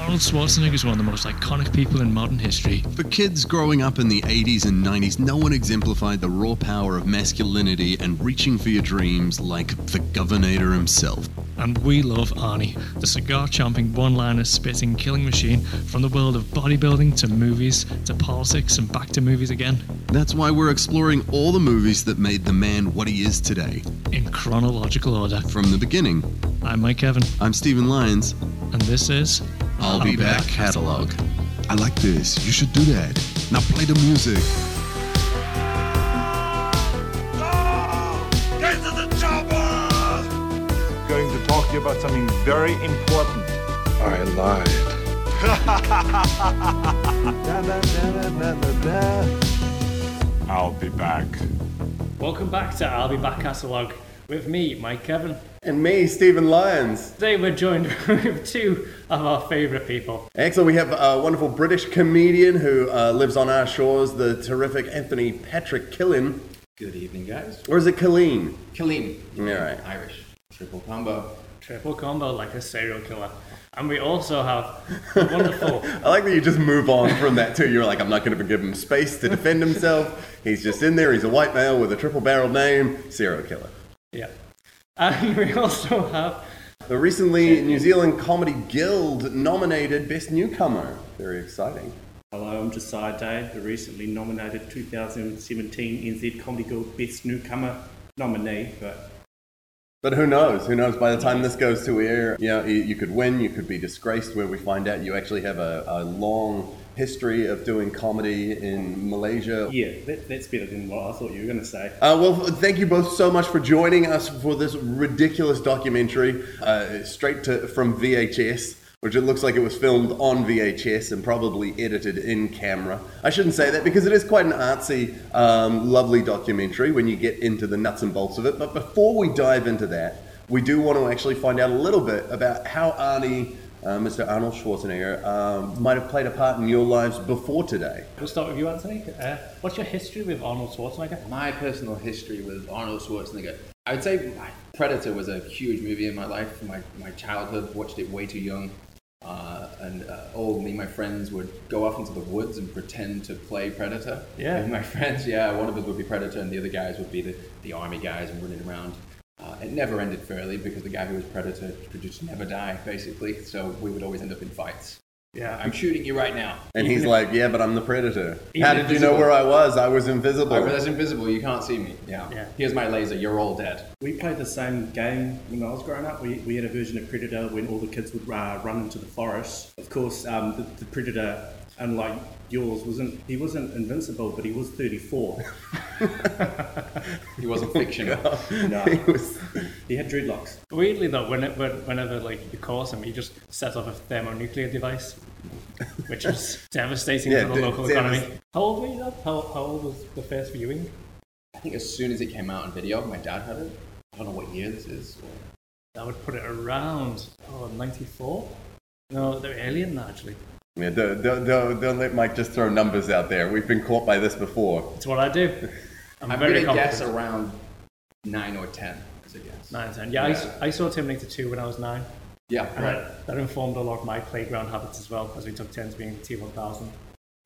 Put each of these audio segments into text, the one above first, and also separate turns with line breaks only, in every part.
Arnold Schwarzenegger is one of the most iconic people in modern history.
For kids growing up in the 80s and 90s, no one exemplified the raw power of masculinity and reaching for your dreams like the Governator himself.
And we love Arnie, the cigar chomping, one liner spitting killing machine from the world of bodybuilding to movies to politics and back to movies again
That's why we're exploring all the movies that made the man what he is today
in chronological order.
from the beginning.
I'm Mike Evan,
I'm Stephen Lyons.
and this is
I'll, be, back, catalog. I like this. You should do that. Now play the music.
Get to the chopper!
going to talk to you about something very important.
I lied.
I'll be back.
Welcome back to I'll Be Back Catalogue with me, Mike Kevin.
And me, Stephen Lyons.
Today we're joined with two of our favourite people.
Excellent. We have a wonderful British comedian who uh, lives on our shores, the terrific Anthony Patrick Killen.
Good evening, guys.
Or is it Killeen?
Killeen,
All right.
Irish. Triple combo.
Triple combo like a serial killer. And we also have the wonderful
I like that you just move on from that too. You're like, I'm not going to give him space to defend himself. He's just in there. He's a white male with a triple barreled name, serial killer.
Yeah. And we also have
The recently New Zealand Comedy Guild nominated Best Newcomer. Very exciting.
Hello, I'm Josiah Day, the recently nominated 2017 NZ Comedy Guild Best Newcomer nominee, but
But who knows? Who knows? By the time this goes to air, you know, you you could win, you could be disgraced. Where we find out you actually have a, a long history of doing comedy in Malaysia.
yeah, that, that's better than what I thought you were going to say.
Uh, well, thank you both so much for joining us for this ridiculous documentary, uh, straight to, from VHS, which it looks like it was filmed on VHS and probably edited in camera. I shouldn't say that because it is quite an artsy, um, lovely documentary when you get into the nuts and bolts of it. But before we dive into that, we do want to actually find out a little bit about how Arnie, uh, Mr. Arnold Schwarzenegger, um, might have played a part in your lives before today.
we'll start with you, Anthony. Uh, what's your history with Arnold Schwarzenegger?
My personal history with Arnold Schwarzenegger. I would say my Predator was a huge movie in my life. My, my childhood, watched it way too young. Uh, and uh, all me and my friends would go off into the woods and pretend to play Predator.
Yeah.
And my friends, yeah, one of us would be Predator and the other guys would be the, the army guys and running around. Uh, it never ended fairly because the guy who was Predator could just never die, basically. So we would always end up in fights.
Yeah.
um,
I'm shooting you right now.
And he's like, "Yeah, but I'm the predator.
Even
How did you know
invisible.
where I was? I was invisible."
I that's invisible. You can't see me. Yeah.
Yeah.
Here's my laser. You're all dead.
We played the same game when I was growing up. We, we had a version of Predator when all the kids would uh, run into the forest. Of course, um, the, the Predator, unlike yours, wasn't he wasn't invincible, but he was 34.
He wasn't fictional.
no,
He was-
he had dreadlocks.
Weirdly though, when it, when, whenever like you cause him, he just sets off a thermonuclear device, which is devastating
Yeah,
for the
de-
local
devas-
economy. How old were you? though? How, how old was the first viewing?
I think as soon as it came out on video, my dad had it. I don't know what year this is.
I would put it around oh, 94. No, they're alien actually.
yeah, don't, don't, don't, don't let Mike just throw numbers out there. We've been caught by this before.
It's what I do. I'm,
I'm
very
gonna guess
confident.
around nine or ten. As a guess.
Nine, ten. Yeah, I s I I, saw Terminator 2 when I was nine,
Yeah.
and
Right.
that, that informed a lot of my playground habits as well, as we took turns being the T1000.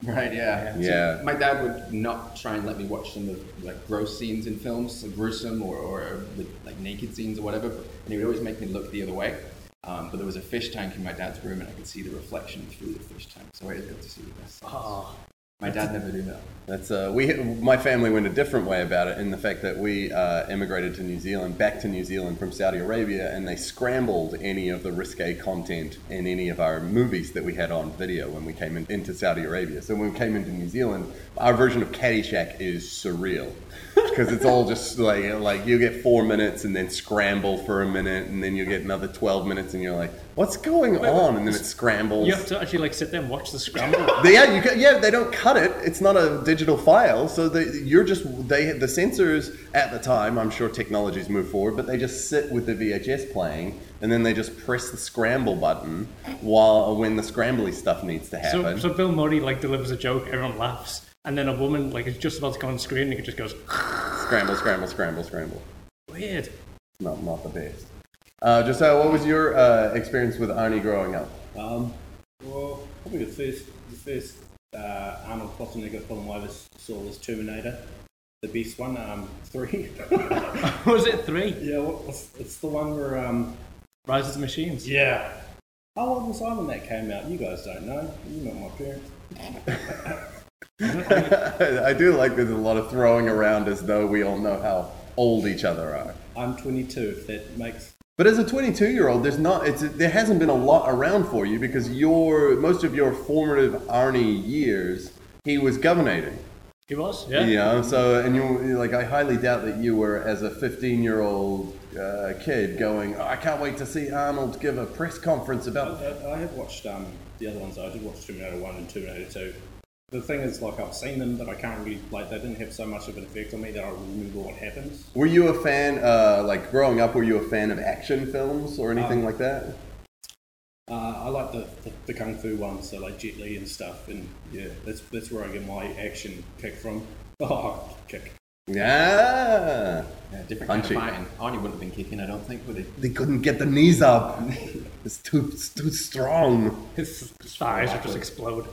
Right. Yeah.
Yeah.
My dad would not try and let me watch some of like gross scenes in films, so gruesome or, or with, like naked scenes or whatever. but- And he would always make me look the other way. Um, but there was a fish tank in my dad's room, and I could see the reflection through the fish tank. So I always got to see this.
Oh,
My dad never knew that.
That's uh, we. My family went a different way about it in the fact that we uh, immigrated to New Zealand, back to New Zealand from Saudi Arabia, and they scrambled any of the risque content in any of our movies that we had on video when we came in, into Saudi Arabia. So when we came into New Zealand, our version of Caddyshack is surreal. because it's all just like like you get four minutes and then scramble for a minute and then you get another twelve minutes and you're like, what's going on? And then it scrambles.
you have to actually like sit there and watch the scramble.
They, yeah, you ca yeah, they don't cut it. It's not a digital file, so they, you're just they the sensors at the time. I'm sure technology's moved forward, but they just sit with the VHS playing, and then they just press the scramble button while uh, when the scrambly stuff needs to
So,
happen.
so Bill Murray like delivers a joke, everyone laughs, and then a woman like is just about to come on screen and it just goes
scramble, scramble, scramble, scramble.
weird.
Not not uh, the best. Uh, Josiah, what was your uh, experience with Arnie growing up?
Um, well, probably the first the first uh, Arnold Schwarzenegger film I ever saw was Terminator, the best one. Um, three.
was it three?
yeah, what was, it's the one where um,
Rise of the Machines.
yeah. How old was I when that came out? You guys don't know. You're not my parents.
I do like there's a lot of throwing around as though we all know how old each other are.
I'm 22. If that makes
But as a 22 year old, there's not it's there hasn't been a lot around for you because your most of your formative Arnie years he was governating.
He was. Yeah.
You know, so and you like I highly doubt that you were as a 15 year old uh, kid going, "Oh, I can't wait to see Arnold give a press conference about
I, I have watched um, the other ones. I did watch Terminator One and Terminator Two. The thing is, like I've seen them, but I can't really like they didn't have so much of an effect on me that I remember what happens.
Were you a fan, uh, like growing up, were you a fan of action films or anything like that?
Uh, I like the, the, the kung fu ones, so like Jet Li and stuff, and yeah, that's that's where I get my action kick from. Oh, kick!
Yeah.
Yeah, different kind
Punchy.
of fighting. Arnie wouldn't have been kicking, I don't think, would he?
They couldn't get the knees up. It's too, it's too strong.
His thighs would just explode.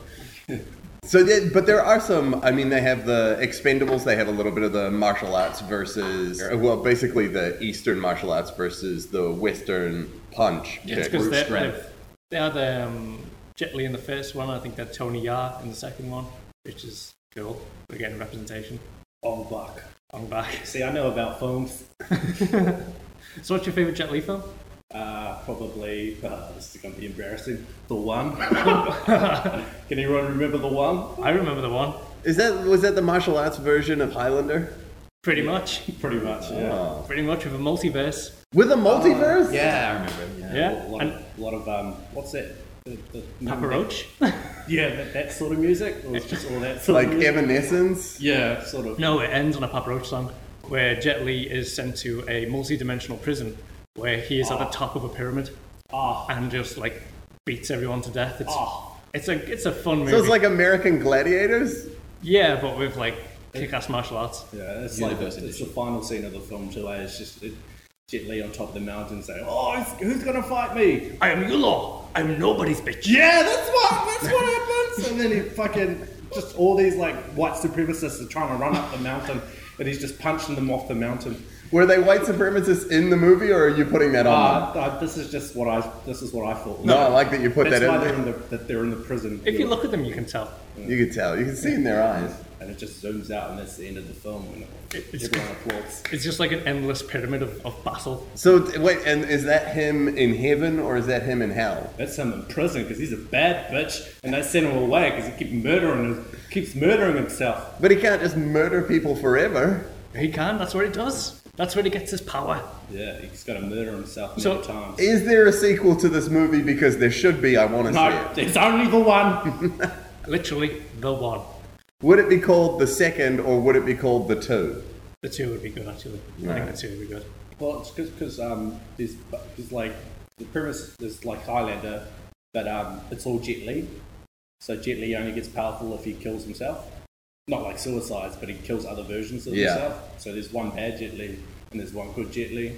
So, they- but there are some. I mean, they have the Expendables. They have a little bit of the martial arts versus, uh, well, basically the Eastern martial arts versus the Western punch.
it's
kick.
Because they're,
strength.
they're, they are the um, Jet Li in the first one. I think they're Tony Yar in the second one, which is cool. We're getting representation.
Oh, buck!
I'm back.
See, I know about films.
So, what's your favorite Jet Li film?
Uh, probably uh, this is gonna be embarrassing. The one. Can anyone remember the one?
I remember the one
Is that was that the martial arts version of Highlander
pretty much,
Pretty much, yeah.
pretty much with a multiverse.
with a multiverse?
Uh, Yeah, I remember. Yeah.
Yeah,
A lot
and
of, lot of um, what's that? The, the,
Papa Roach.
Yeah, that, that sort of music. Or it's just all that sort
Like
of music.
Evanescence.
yeah, sort of.
No, it ends on a Papa Roach song where Jet Li is sent to a multi-dimensional prison where he is at the top of a pyramid
Ah,
and just like beats everyone to death. It's
Ah.
it's a it's a fun movie.
So it's like American Gladiators.
yeah, but with like kick-ass martial arts.
yeah. It's
Universe
like it's
edition.
the final scene of the film too. eh? It's just it, Jet Li on top of the mountain saying, "Oh, who's, who's gonna fight me?"
I am Yulaw. I am nobody's bitch.
Yeah, that's what that's what happens. And then he fucking just all these like white supremacists are trying to run up the mountain, and he's just punching them off the mountain.
Were they white supremacists in the movie, or are you putting that on? them?
Uh, uh, this is just what I this is what I thought.
no, I like that you put
that's
that
why
in.
they're
there.
in the that they're in the prison.
If you look at them, you can tell.
You can tell. You can see in their eyes.
and it just zooms out, and that's the end of the film when
It's-
everyone applauds.
It's just like an endless pyramid of, of battle.
So t- wait, and is that him in heaven or is that him in hell?
That's him in prison because he's a bad bitch, and they sent him away because he keeps murdering him, keeps murdering himself.
But he can't just murder people forever.
He can. That's what he does. That's where he gets his power.
Yeah, he's got to murder himself
So-
many times.
Is there a sequel to this movie? Because there should be. I want to
No,
see it.
there's only the one.
Literally the one.
Would it be called the second or would it be called the two?
The two would be good actually. I think the two would be good.
well, it's because um, there's, there's like the premise is like Highlander, but um, it's all Jet Li. So Jet Li only gets powerful if he kills himself. Not like suicides, but he kills other versions of
Yeah.
himself. So there's one bad Jet Li and there's one good Jet Li.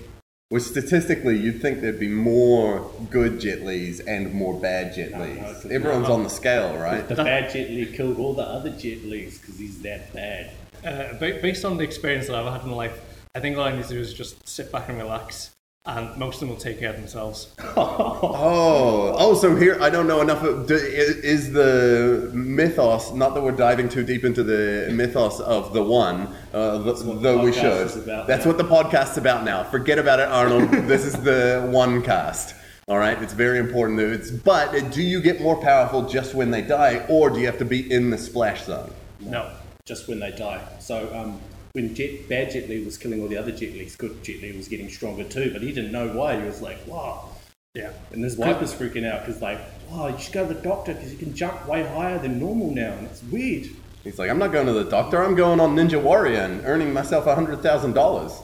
Which statistically, you'd think there'd be more good Jet Lees and more bad Jet
No, no,
Lees.
'cause-
Everyone's on the scale, right?
The bad Jet Li killed all the other Jet Lis because he's that bad.
Uh, ba- based on the experience that I've had in life, I think all I need to do is just sit back and relax, and most of them will take care of themselves.
Oh, oh! So here, I don't know enough. Of, do, is, is the mythos? Not that we're diving too deep into the mythos of the one, uh, th-
what
though
the
we
podcast
should.
is about
That's
now.
what the podcast's about now. Forget about it, Arnold. this is the one cast. All right, it's very important. That it's but do you get more powerful just when they die, or do you have to be in the splash zone?
No,
just when they die. So um, when Jet, bad Jet Li was killing all the other Jet Lis, good Jet Li was getting stronger too, but he didn't know why. He was like, wow.
yeah,
And his wife was freaking out because like, wow, you should go to the doctor because you can jump way higher than normal now, and it's weird.
He's like, I'm not going to the doctor. I'm going on Ninja Warrior and earning myself $100,000.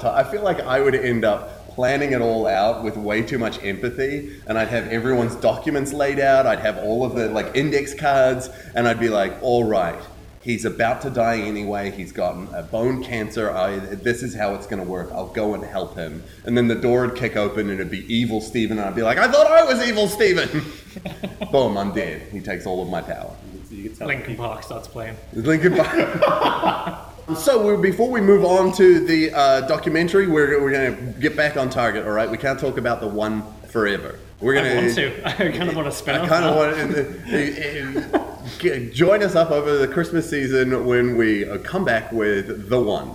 I feel like I would end up planning it all out with way too much empathy, and I'd have everyone's documents laid out. I'd have all of the like index cards, and I'd be like, all right, he's about to die anyway. He's gotten a bone cancer. I, this is how it's going to work. I'll go and help him. And then the door would kick open, and it'd be evil Steven, and I'd be like, I thought I was evil Steven. Boom, I'm dead. He takes all of my power.
You can tell.
Linkin Park starts playing.
Lincoln Park. so we before we move on to the uh, documentary, we're, we're going to get back on target, all right? We can't talk about the one forever. We're
I
gonna,
want to. I kind of want to spin
I
off
kind
that.
of want to join us up over the Christmas season when we uh, come back with the one,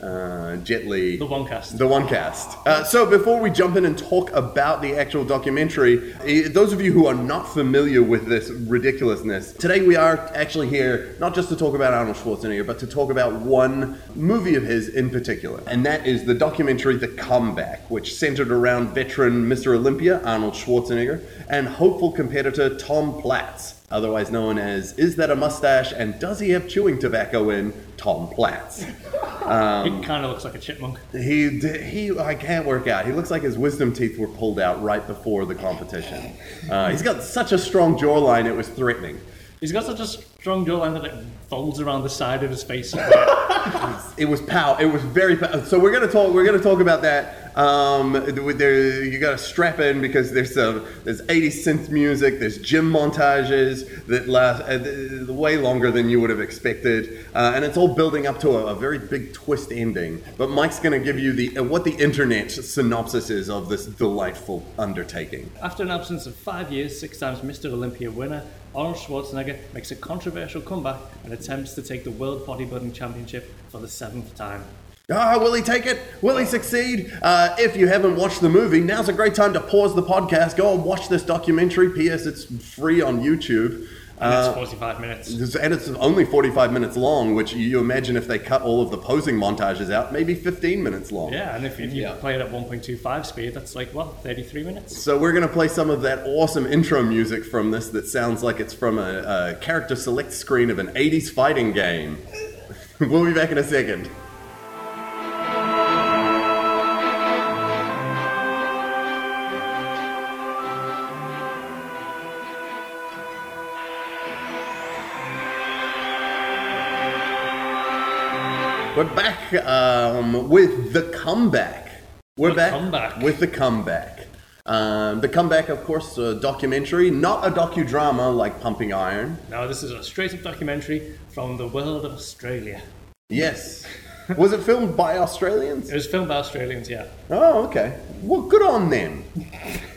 uh, Jet Li.
The one cast.
The one cast. Uh, so before we jump in and talk about the actual documentary, eh, those of you who are not familiar with this ridiculousness, today we are actually here not just to talk about Arnold Schwarzenegger, but to talk about one movie of his in particular, and that is the documentary The Comeback, which centered around veteran Mr. Olympia Arnold Schwarzenegger and hopeful competitor Tom Platz. Otherwise known as Is That a Mustache and Does He Have Chewing Tobacco in Tom Platz?
it kind of looks like a chipmunk.
He d- he I can't work out. He looks like his wisdom teeth were pulled out right before the competition. Uh, he's got such a strong jawline it was threatening.
He's got such a strong jawline that it folds around the side of his face. I
It was pow. It was very pow. So we're gonna talk. We're gonna talk about that. Um, th- there, you gotta strap in because there's some there's 80 synth music. There's gym montages that last uh, th- way longer than you would have expected, uh, and it's all building up to a, a very big twist ending. But Mike's gonna give you the uh, what the internet synopsis is of this delightful undertaking.
After an absence of five years, six times Mr. Olympia winner, Arnold Schwarzenegger makes a controversial comeback and attempts to take the World Bodybuilding Championship for the seventh time.
Ah, will he take it? Will he succeed? Uh, if you haven't watched the movie, now's a great time to pause the podcast. Go and watch this documentary. P.S. It's free on YouTube.
And
Uh,
it's 45 minutes.
this- and it's only 45 minutes long, which you imagine if they cut all of the posing montages out, maybe 15 minutes long.
Yeah, and if, if you
Yeah.
play it at 1.25 speed, that's like, well, 33 minutes.
So we're going to play some of that awesome intro music from this that sounds like it's from a, a character select screen of an 80s fighting game. we'll be back in a second. We're back um, with the comeback. We're
The
back
comeback.
with the comeback. Um, the comeback, of course, a documentary, not a docudrama like Pumping Iron.
Now, this is a straight up documentary from the world of Australia.
Yes. Was it filmed by Australians?
It was filmed by Australians, yeah.
Oh, okay. Well, good on them.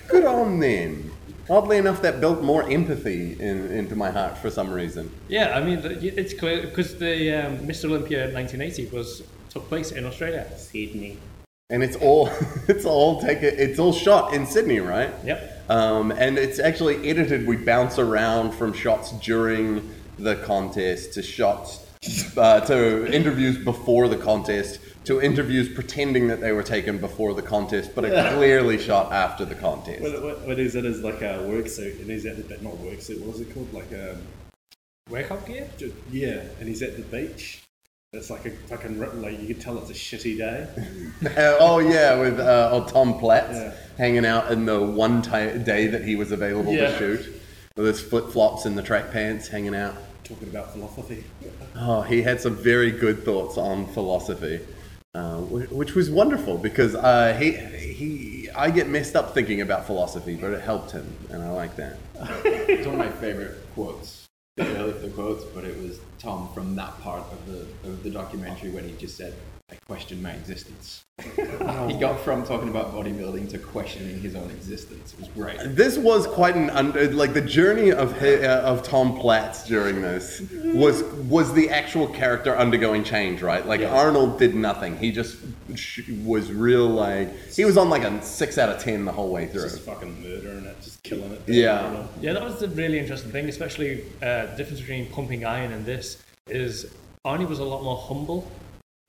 Good on them. Oddly enough, that built more empathy in, into my heart for some reason.
Yeah, I mean, the- it's clear because the um, Mr. Olympia 1980 was took place in Australia.
Sydney.
And it's all it's all taken it's all shot in Sydney, right?
Yep.
Um, and it's actually edited. We bounce around from shots during the contest to shots uh, to interviews before the contest to interviews pretending that they were taken before the contest, but are clearly shot after the contest.
What, what, what is it? Is like a work suit, and he's at the but not work suit. What was it called? Like um,
Workout gear?
ju- yeah, and he's at the beach. It's like a fucking ri- like you can tell it's a shitty day.
Uh, oh yeah, with uh, oh, Tom Platz
Yeah.
hanging out in the one ti day that he was available to
Yeah.
shoot, with his flip flops and the track pants hanging out.
Talking about philosophy.
Oh, he had some very good thoughts on philosophy, uh, wh- which was wonderful because uh, he he I get messed up thinking about philosophy, but it helped him, and I like that.
It's one of my favorite quotes. I don't know if the quotes, but it was Tom from that part of the of the documentary when he just said, "I question my existence." he got from talking about bodybuilding to questioning his own existence. It was great.
This was quite an under, like the journey of hi- uh, of Tom Platz during this was was the actual character undergoing change, right? Like Arnold did nothing; he just sh- was real like he was on like a six out of ten the whole way through.
Just fucking murdering it, just killing it.
Yeah.
Yeah, that was the really interesting thing, especially uh, the difference between pumping iron and this is Arnie was a lot more humble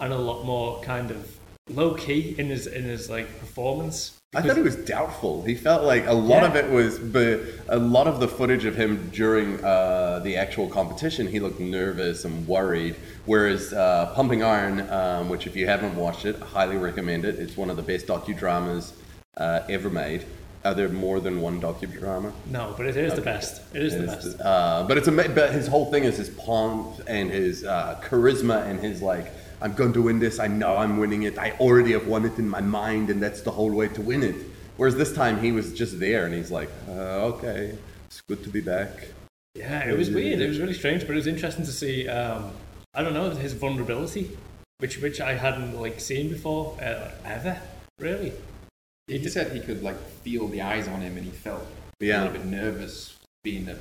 and a lot more kind of low key in his in his like performance.
I thought he was doubtful. He felt like a lot of it was, but a lot of the footage of him during uh, the actual competition, he looked nervous and worried. Whereas uh, Pumping Iron, um, which if you haven't watched it, I highly recommend it. It's one of the best docudramas uh, ever made. Are there more than one docudrama?
No, but it is the best. It is the
It's-
best.
uh, but it's ama- but his whole thing is his pomp and his uh, charisma and his like I'm going to win this. I know I'm winning it. I already have won it in my mind, and that's the whole way to win it. Whereas this time he was just there and he's like, uh, okay, It's good to be back.
Yeah, it was weird. It was really strange, but it was interesting to see. Um, I don't know his vulnerability, which which I hadn't like seen before uh, ever. Really,
He said he could like feel the eyes on him, and he felt a
Yeah.
little bit nervous being a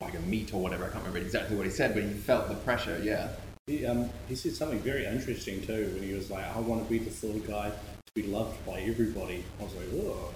like a meat or whatever. I can't remember exactly what he said, but he felt the pressure. Yeah,
He, um, he said something very interesting too when he was like, I want to be the sort of guy to be loved by everybody. I was like, oh.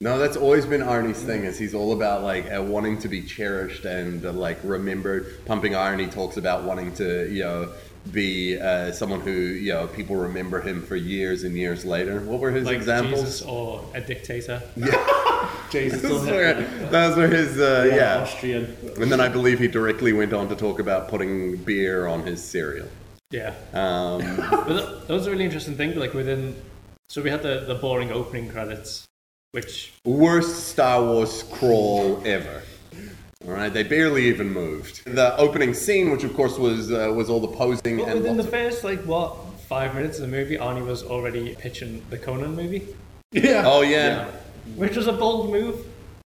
No, that's always been Arnie's thing. Is he's all about like uh, wanting to be cherished and uh, like remembered. Pumping Iron, he talks about wanting to you know be uh, someone who you know people remember him for years and years later. What were his
like
examples?
Jesus or a dictator.
Jesus.
Those were, those were his uh, yeah.
Austrian.
And then I believe he directly went on to talk about putting beer on his cereal.
Yeah,
Um,
but that, that was a really interesting thing. Like within, so we had the the boring opening credits, which
worst Star Wars crawl ever. All right, they barely even moved. The opening scene, which of course was uh, was all the posing
but
and
within the
lots of-
first like what five minutes of the movie, Arnie was already pitching the Conan movie,
oh yeah.
which was a bold move.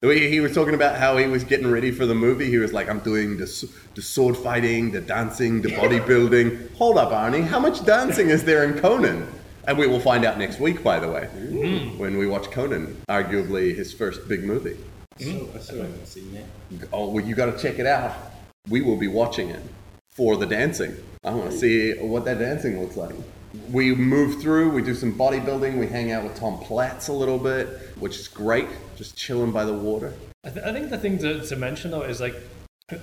He, he was talking about how he was getting ready for the movie. He was like, "I'm doing the s- the sword fighting, the dancing, the bodybuilding." Hold up, Arnie. How much dancing is there in Conan? And we will find out next week, by the way, when we watch Conan, arguably his first big movie.
So, I still haven't seen that.
Oh, well, you got to check it out. We will be watching it for the dancing. I want to see what that dancing looks like. We move through, we do some bodybuilding, we hang out with Tom Platz a little bit, which is great, just chilling by the water.
I, th- I think the thing to, to mention though is like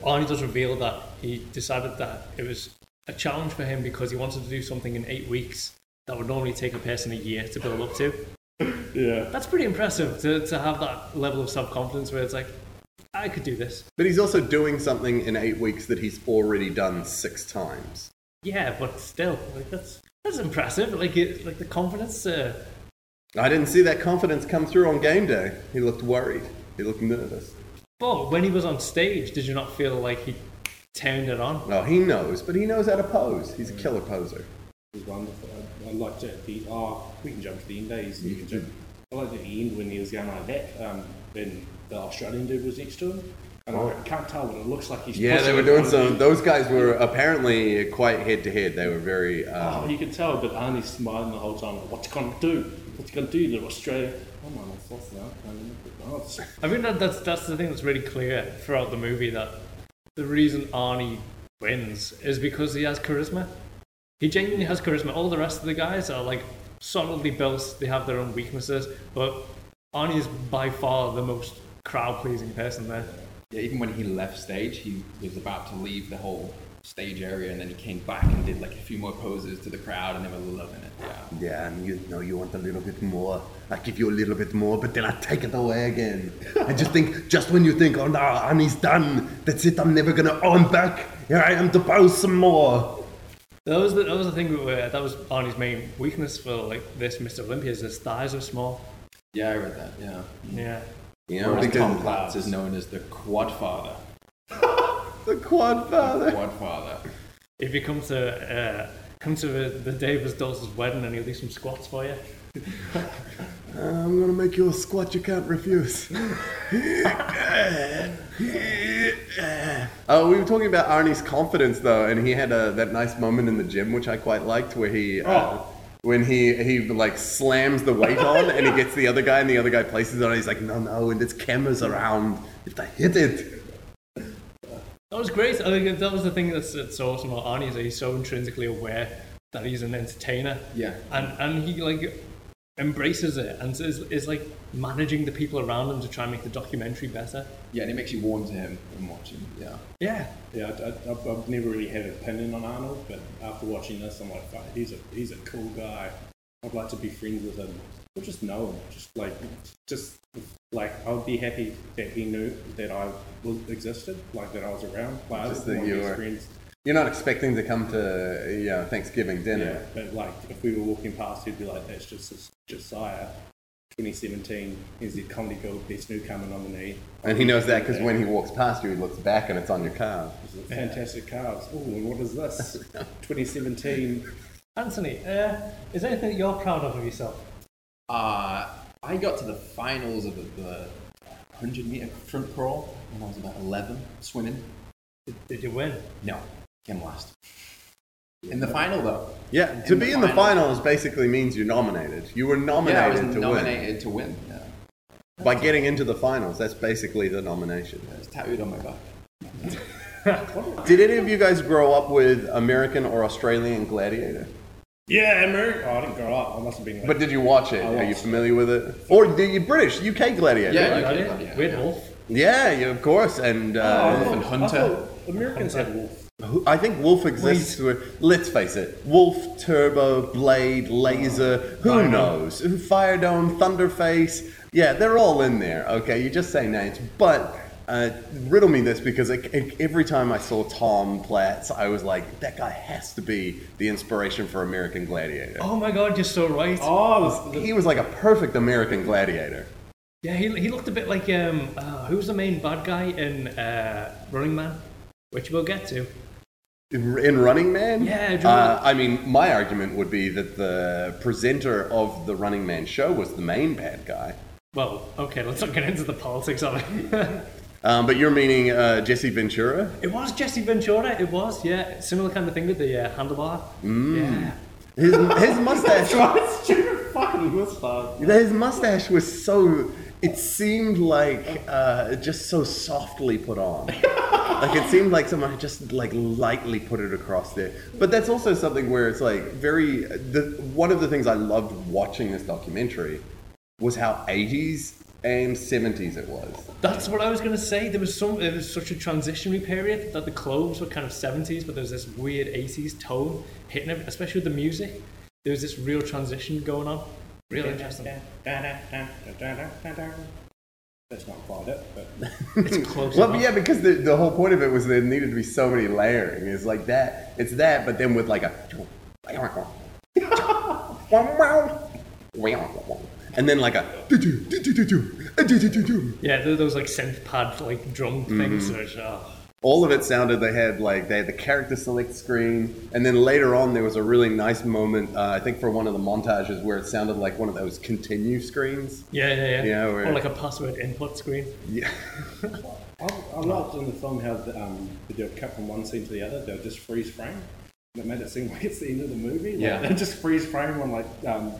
Arnie does reveal that he decided that it was a challenge for him because he wanted to do something in eight weeks that would normally take a person a year to build up to.
Yeah.
That's pretty impressive to, to have that level of self confidence where it's like, I could do this.
But he's also doing something in eight weeks that he's already done six times.
Yeah, but still, like that's that's impressive. Like it, like the confidence. Uh,
I didn't see that confidence come through on game day. He looked worried, he looked nervous.
but when he was on stage, did you not feel like he turned it on?
No, he knows, but he knows how to pose. He's a killer poser.
It was wonderful. I, I liked it at the oh, we can jump to the end days. You can jump. I liked it at the end when he was going like that, um, and the Australian dude was next to him. And I can't tell what it looks like. He's
Yeah, they
pushing
were
it
doing
on
some.
him.
Those guys were apparently quite head to head. They were very.
Oh,
Um,
you can tell, but Arnie's smiling the whole time. Like, What's he gonna do? What's he gonna do, little Australia? Oh my, my sauce now. I mean, oh, it's-
I mean, that, that's that's the thing that's really clear throughout the movie that the reason Arnie wins is because he has charisma. He genuinely has charisma. All the rest of the guys are like solidly built. They have their own weaknesses, but Arnie is by far the most crowd-pleasing person there.
yeah. Even when he left stage, he was about to leave the whole stage area, and then he came back and did like a few more poses to the crowd, and they were loving it. Yeah,
yeah, and you know you want a little bit more. I give you a little bit more, but then I take it away again. I just think, just when you think, oh no, Arnie's done. That's it. I'm never gonna. Oh, I'm back. Here I am to pose some more.
That was the, that was the thing where that was Arnie's main weakness for like this Mr. Olympia is his thighs are small.
yeah, I read that. Yeah,
Yeah.
Yeah,
Whereas
because-
Tom Platz is known as the Quad Father.
the quad father.
Quad Father.
If you come to uh, come to the, the day of his daughter's wedding and he'll do some squats for you.
I'm gonna make you a squat you can't refuse. Oh, we were talking about Arnie's confidence though, and he had uh, that nice moment in the gym, which I quite liked, where he. Uh, When he, he like slams the weight on and he gets the other guy and the other guy places it on, he's like, no, no, and there's cameras around. If I hit it,
That was great. I think that was the thing that's, that's awesome about Arnie is that he's so intrinsically aware that he's an entertainer.
Yeah.
And and he like embraces it and is, is like managing the people around him to try and make the documentary better.
Yeah, and it makes you warm to him and watch him. Yeah.
Yeah.
yeah, I, I, I've, I've never really had an opinion on Arnold, but after watching this, I'm like, fuck, he's a he's a cool guy. I'd like to be friends with him, or just know him. Just like, just like, I would be happy that he knew that I was, existed, like that I was around. Like,
Just
I
that
want
you
to be
were-
friends.
you're not expecting to come to you know, Thanksgiving dinner.
Yeah, but like if we were walking past, he'd be like, "That's just Josiah, 2017. He's the comedy gold best newcomer nominee.
And he knows that because when he walks past you, he looks back and it's on your car.
He's a fantastic cars. Oh, and what is this? 2017.
Anthony, uh, is there anything that you're proud of of yourself?
Uh, I got to the finals of the, the 100 meter front crawl when I was about 11, swimming.
Did, did you win?
No, came last. In the final, though.
Yeah, to be in the finals basically means you're nominated. You were
Yeah, I was
nominated to win.
nominated to win. Yeah.
By getting into the finals, that's basically the nomination.
It was tattooed on my back.
Did any of you guys grow up with American or Australian Gladiator?
Yeah, America. Oh, I didn't grow up. I must have been. Like,
But did you watch it?
I
Are you
watched it.
familiar with it? Or the you British, UK Gladiator?
Yeah,
right?
you
I
did.
did.
Yeah.
Weird Wolf.
Yeah, yeah, of course. And
Oh,
I
uh,
thought-
and Hunter.
I thought Americans had wolf.
who- I think Wolf exists. Where, let's face it, Wolf, Turbo, Blade, Laser. Who knows? Who Firedome, Thunderface. Yeah, they're all in there. Okay, you just say names, but. Uh, riddle me this because I, I- every time I saw Tom Platz, I was like, that guy has to be the inspiration for American Gladiator.
Oh my god, you're so right.
Oh, the, the,
He was like a perfect American Gladiator.
Yeah, he, he looked a bit like um, uh, who was the main bad guy in uh, Running Man, which we'll get to.
In in Running Man?
Yeah, do you
Uh, I mean, my argument would be that the presenter of the Running Man show was the main bad guy.
Well, okay, let's not get into the politics of it.
Um, but you're meaning uh, Jesse Ventura?
it was Jesse Ventura. It was, yeah, similar kind of thing with the uh, handlebar. Yeah.
His, his mustache.
That's your fucking mustache.
his mustache was so. It seemed like uh, just so softly put on. like it seemed like someone had just like lightly put it across there. But that's also something where it's like very. The, one of the things I loved watching this documentary was how 80s and 70s it was.
That's what I was gonna say. There was some. It was such a transitionary period that the clothes were kind of seventies, but there was this weird eighties tone hitting it, especially with the music. There was this real transition going on. Real interesting.
That's not quite it, but
It's close.
Well,
enough.
yeah, because the, the whole point of it was there needed to be so many layering. It's like that. It's that, but then with like a. And then like a.
Yeah, there- those like synth pad like drum
Mm-hmm.
things. Which, oh,
All of it sounded, they had like, they had the character select screen. And then later on, there was a really nice moment, uh, I think for one of the montages, where it sounded like one of those continue screens.
yeah, yeah, yeah.
Yeah, we're-
or like a password input screen.
Yeah.
I, I loved in the film how the, um, they do a cut from one scene to the other. They'll just freeze frame. That made it seem like it's the end of the movie. Like,
Yeah.
they just freeze frame on like um,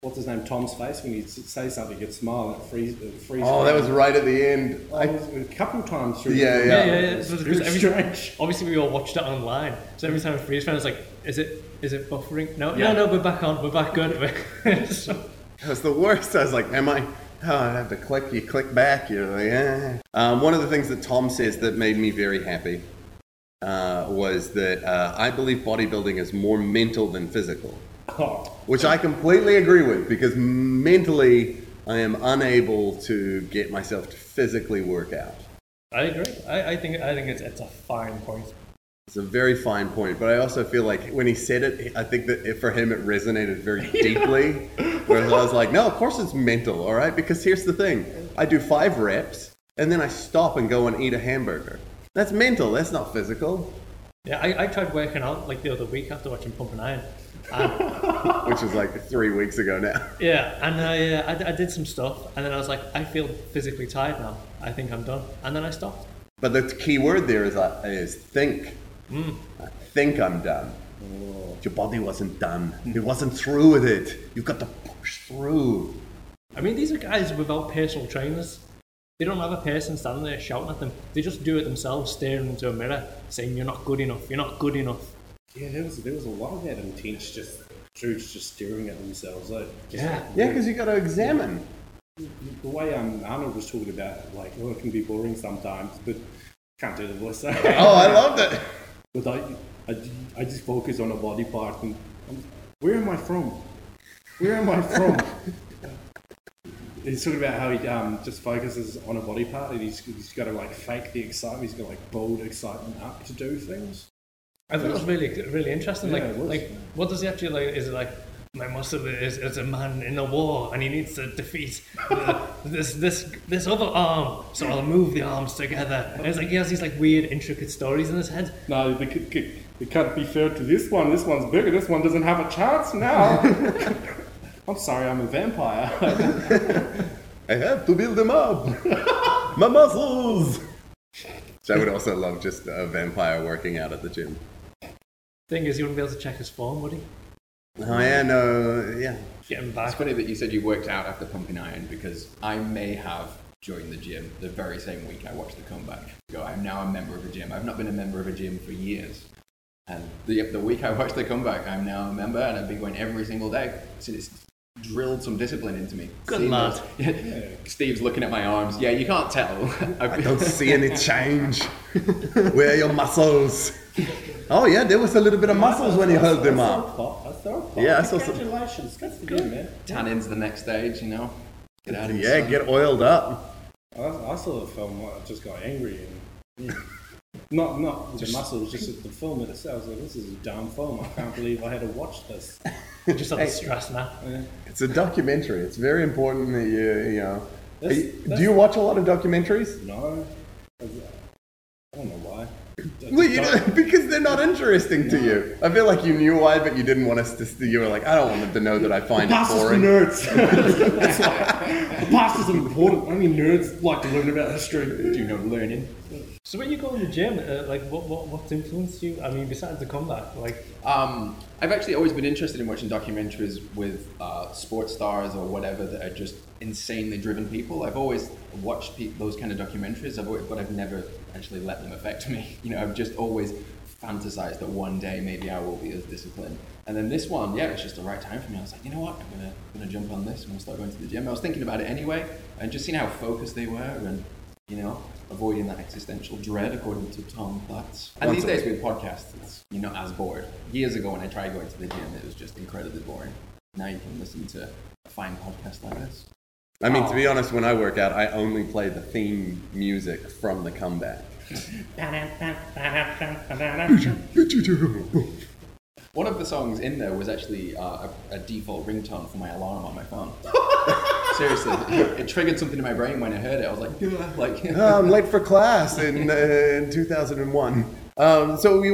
what's his name Tom's face when he s- say something, he'd smile and it freeze. It freeze
Oh, that
frame.
was right at the end.
I
I,
was a couple times through.
Yeah,
the
yeah.
Yeah,
movie.
yeah,
It
yeah.
was
So,
very
because every time,
strange.
obviously, we all watched it online. So every time a freeze frame, it's like, is it is it buffering? No,
Yeah.
no, no. We're back on. We're back good. We're- so,
That was the worst. I was like, am I? Oh, I have to click. You click back. You're like, eh. Um, one of the things that Tom says that made me very happy uh, was that uh, I believe bodybuilding is more mental than physical,
Oh,
which I completely agree with because mentally I am unable to get myself to physically work out.
I agree. I, I think I think it's it's a fine point.
It's a very fine point, but I also feel like when he said it, I think that it, for him it resonated very deeply. Whereas I was like, no, of course it's mental, all right? Because here's the thing I do five reps and then I stop and go and eat a hamburger. That's mental, that's not physical.
Yeah, I, I tried working out like the other week after watching Pump and Iron. And,
Which was like three weeks ago now.
yeah, and I, uh, I d- I did some stuff, and then I was like, I feel physically tired now. I think I'm done, and then I stopped.
But the key word there is, uh, is think. I think I'm done. Your body wasn't done, it wasn't through with it. You've got to push through.
I mean, these are guys without personal trainers. They don't have a person standing there shouting at them. They just do it themselves, staring into a mirror, saying, You're not good enough, you're not good enough.
yeah. There was there was a lot of that intense just dudes just staring at themselves. Like, just
Yeah.
Yeah, because you got to examine.
the way um, Arnold was talking about like oh it can be boring sometimes, but can't do the voice.
Oh, I loved it.
But I, I, I just focus on a body part and I'm, where am I from? Where am I from? He's talking about how he um, just focuses on a body part and he's, he's got to like fake the excitement. He's got like bold excitement up to do things.
I thought it was really, really interesting.
Yeah,
like,
it was.
like, what does he actually like? Is it like my muscle is, is a man in a war and he needs to defeat the, this this this other arm? So I'll move the arms together. And it's like he has these like weird, intricate stories in his head.
No, they, c- c- they can't be fair to this one. This one's bigger. This one doesn't have a chance now. I'm sorry, I'm a vampire.
I have to build them up. My muscles! So I would also love just a vampire working out at the gym.
Thing is, you wouldn't be able to check his form, would he?
Oh yeah, no, yeah.
Get him
It's
back.
funny that you said you worked out after pumping iron because I may have joined the gym the very same week I watched the comeback. Go, I'm now a member of a gym. I've not been a member of a gym for years. And the, the week I watched the comeback, I'm now a member and I've been going every single day. So it's drilled some discipline into me.
Good
Seeing
lad.
those- Steve's looking at my arms. Yeah, you can't tell. I've
I
been-
don't see any change. Where are your muscles? Oh yeah, there was a little bit of muscles when you held them up.
Pop, I saw a pop.
Yeah, I saw some-
Congratulations. Good for you, man.
Tannin's the next stage, you know? Get out of the
Yeah,
sun.
get oiled up.
I, I saw the film. I just got angry and yeah. not not the muscles, just at the film itself. I was like, this is a dumb film. I can't believe I had to watch this.
Just have the stress nap.
It's a documentary. It's very important that you, you know. Are
That's-
you-
that's-
do you watch a lot of documentaries?
No, I was- I don't know why. I
Well, you
just
know, because they're not interesting to you. I feel like you knew why, but you didn't want us to. You were like, I don't want them to know that I find it
Past is for
boring.
nerds. That's like, the past is important. Only nerds like to learn about history.
Do you know learning?
So when you go in the gym, uh, like what what what's influenced you? I mean, besides the comeback, like
Um, I've actually always been interested in watching documentaries with uh, sports stars or whatever that are just insanely driven people. I've always watched pe- those kind of documentaries, I've always, but I've never actually let them affect me. You know, I've just always fantasized that one day maybe I will be as disciplined. And then this one, yeah, it's just the right time for me. I was like, you know what, I'm gonna, gonna jump on this. I'm gonna start going to the gym. I was thinking about it anyway, and just seeing how focused they were, and you know, avoiding that existential dread, according to Tom Platz. And
Once
these
a
days with
week.
podcasts, it's, you're not as bored. Years ago, when I tried going to the gym, it was just incredibly boring. Now you can listen to a fine podcast like this.
I mean, to be honest, when I work out, I only play the theme music from the comeback.
One of the songs in there was actually uh, a, a default ringtone for my alarm on my phone. Seriously, it, it triggered something in my brain when I heard it. I was like, "Ugh," like
Ah, I'm late for class in, uh, in 2001. Um, so we,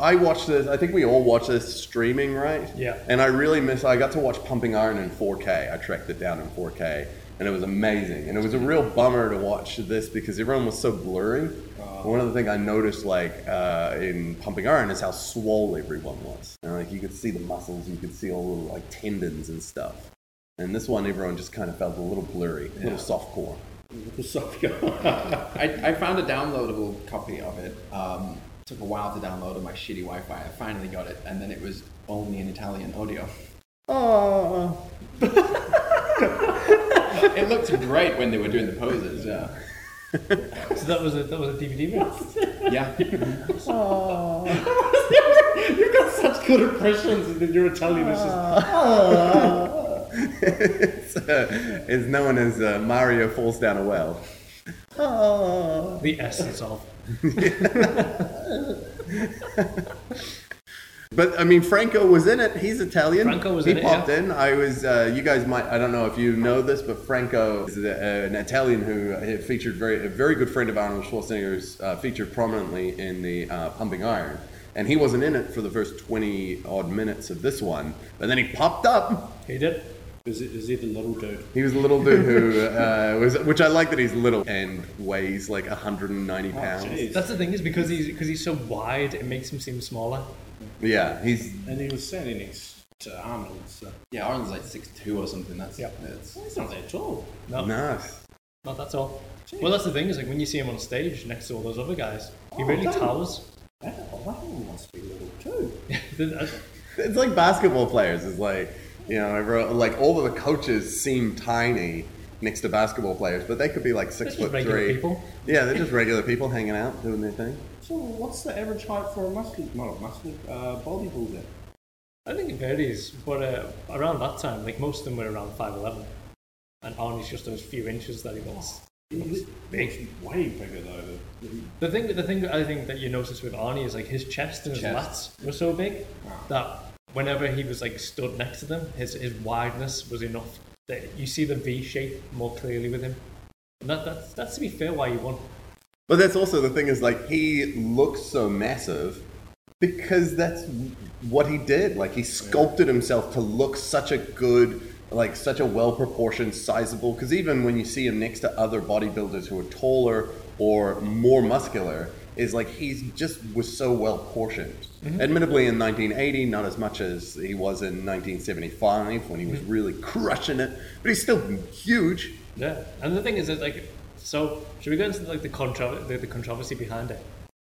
I watched this. I think we all watched this streaming, right?
Yeah.
And I really miss. I got to watch Pumping Iron in 4K. I tracked it down in 4K, and it was amazing. And it was a real bummer to watch this because everyone was so blurry. One of the things I noticed, like uh, in Pumping Iron, is how swole everyone was. And, like you could see the muscles, you could see all the like tendons and stuff. And this one, everyone just kind of felt a little blurry, a little softcore.
I, I found a downloadable copy of it. Um, took a while to download on my shitty Wi-Fi. I finally got it, and then it was only in Italian audio.
Oh.
It looked great when they were doing the poses. Yeah,
so that was a that was a DVD. release.
yeah.
You've got such good impressions, and then you're Italian. It's just
it's, uh, it's known as uh, Mario falls down a well.
the essence of
But I mean, Franco was in it. He's Italian.
Franco was
he
in it,
popped in. I was. Uh, you guys might. I don't know if you know this, but Franco is uh, an Italian who uh, featured very a very good friend of Arnold Schwarzenegger's uh, featured prominently in the uh, Pumping Iron, and he wasn't in it for the first twenty odd minutes of this one. But then he popped up.
he did.
Is it, is he the little dude?
He was a little dude who uh, was, which I like that he's little and weighs like 190
Oh,
pounds.
That's the thing is because he's because he's so wide, it makes him seem smaller.
yeah, he's
And he was standing next to Arnold, so
Yeah, Aaron's like six two or something. That's
Yeah.
that's-
he's not that tall.
No,
nice.
not that's all. Well, that's the thing is like when you see him on stage next to all those other guys, he
Oh,
really
don't-
towers.
I don't know, Arnold must be little too.
It's like basketball players. It's like you know, everyone, like all of the coaches seem tiny next to basketball players, but they could be like six
They're just
foot
regular
three.
people.
Yeah, they're just regular people hanging out doing their thing.
So what's the average height for a muscle, not a muscle, uh, bodybuilder?
I think it varies, but uh, around that time, like most of them were around five eleven, and Arnie's just those few inches that he was.
He's big. way bigger though. than-
The thing, the thing that I think that you notice with Arnie is like his chest and his
Chest.
lats were so big that whenever he was like stood next to them, his his wideness was enough that you see the V shape more clearly with him. And that, that's that's to be fair why he won.
But that's also the thing is like he looks so massive because that's what he did. Like he sculpted himself to look such a good like such a well proportioned, sizable. Because even when you see him next to other bodybuilders who are taller or more muscular, is like he's just was so well portioned. Admittedly, in 1980, not as much as he was in 1975 when he was really crushing it, but he's still huge.
Yeah, and the thing is that like, so should we go into like the contro- the, the controversy behind it?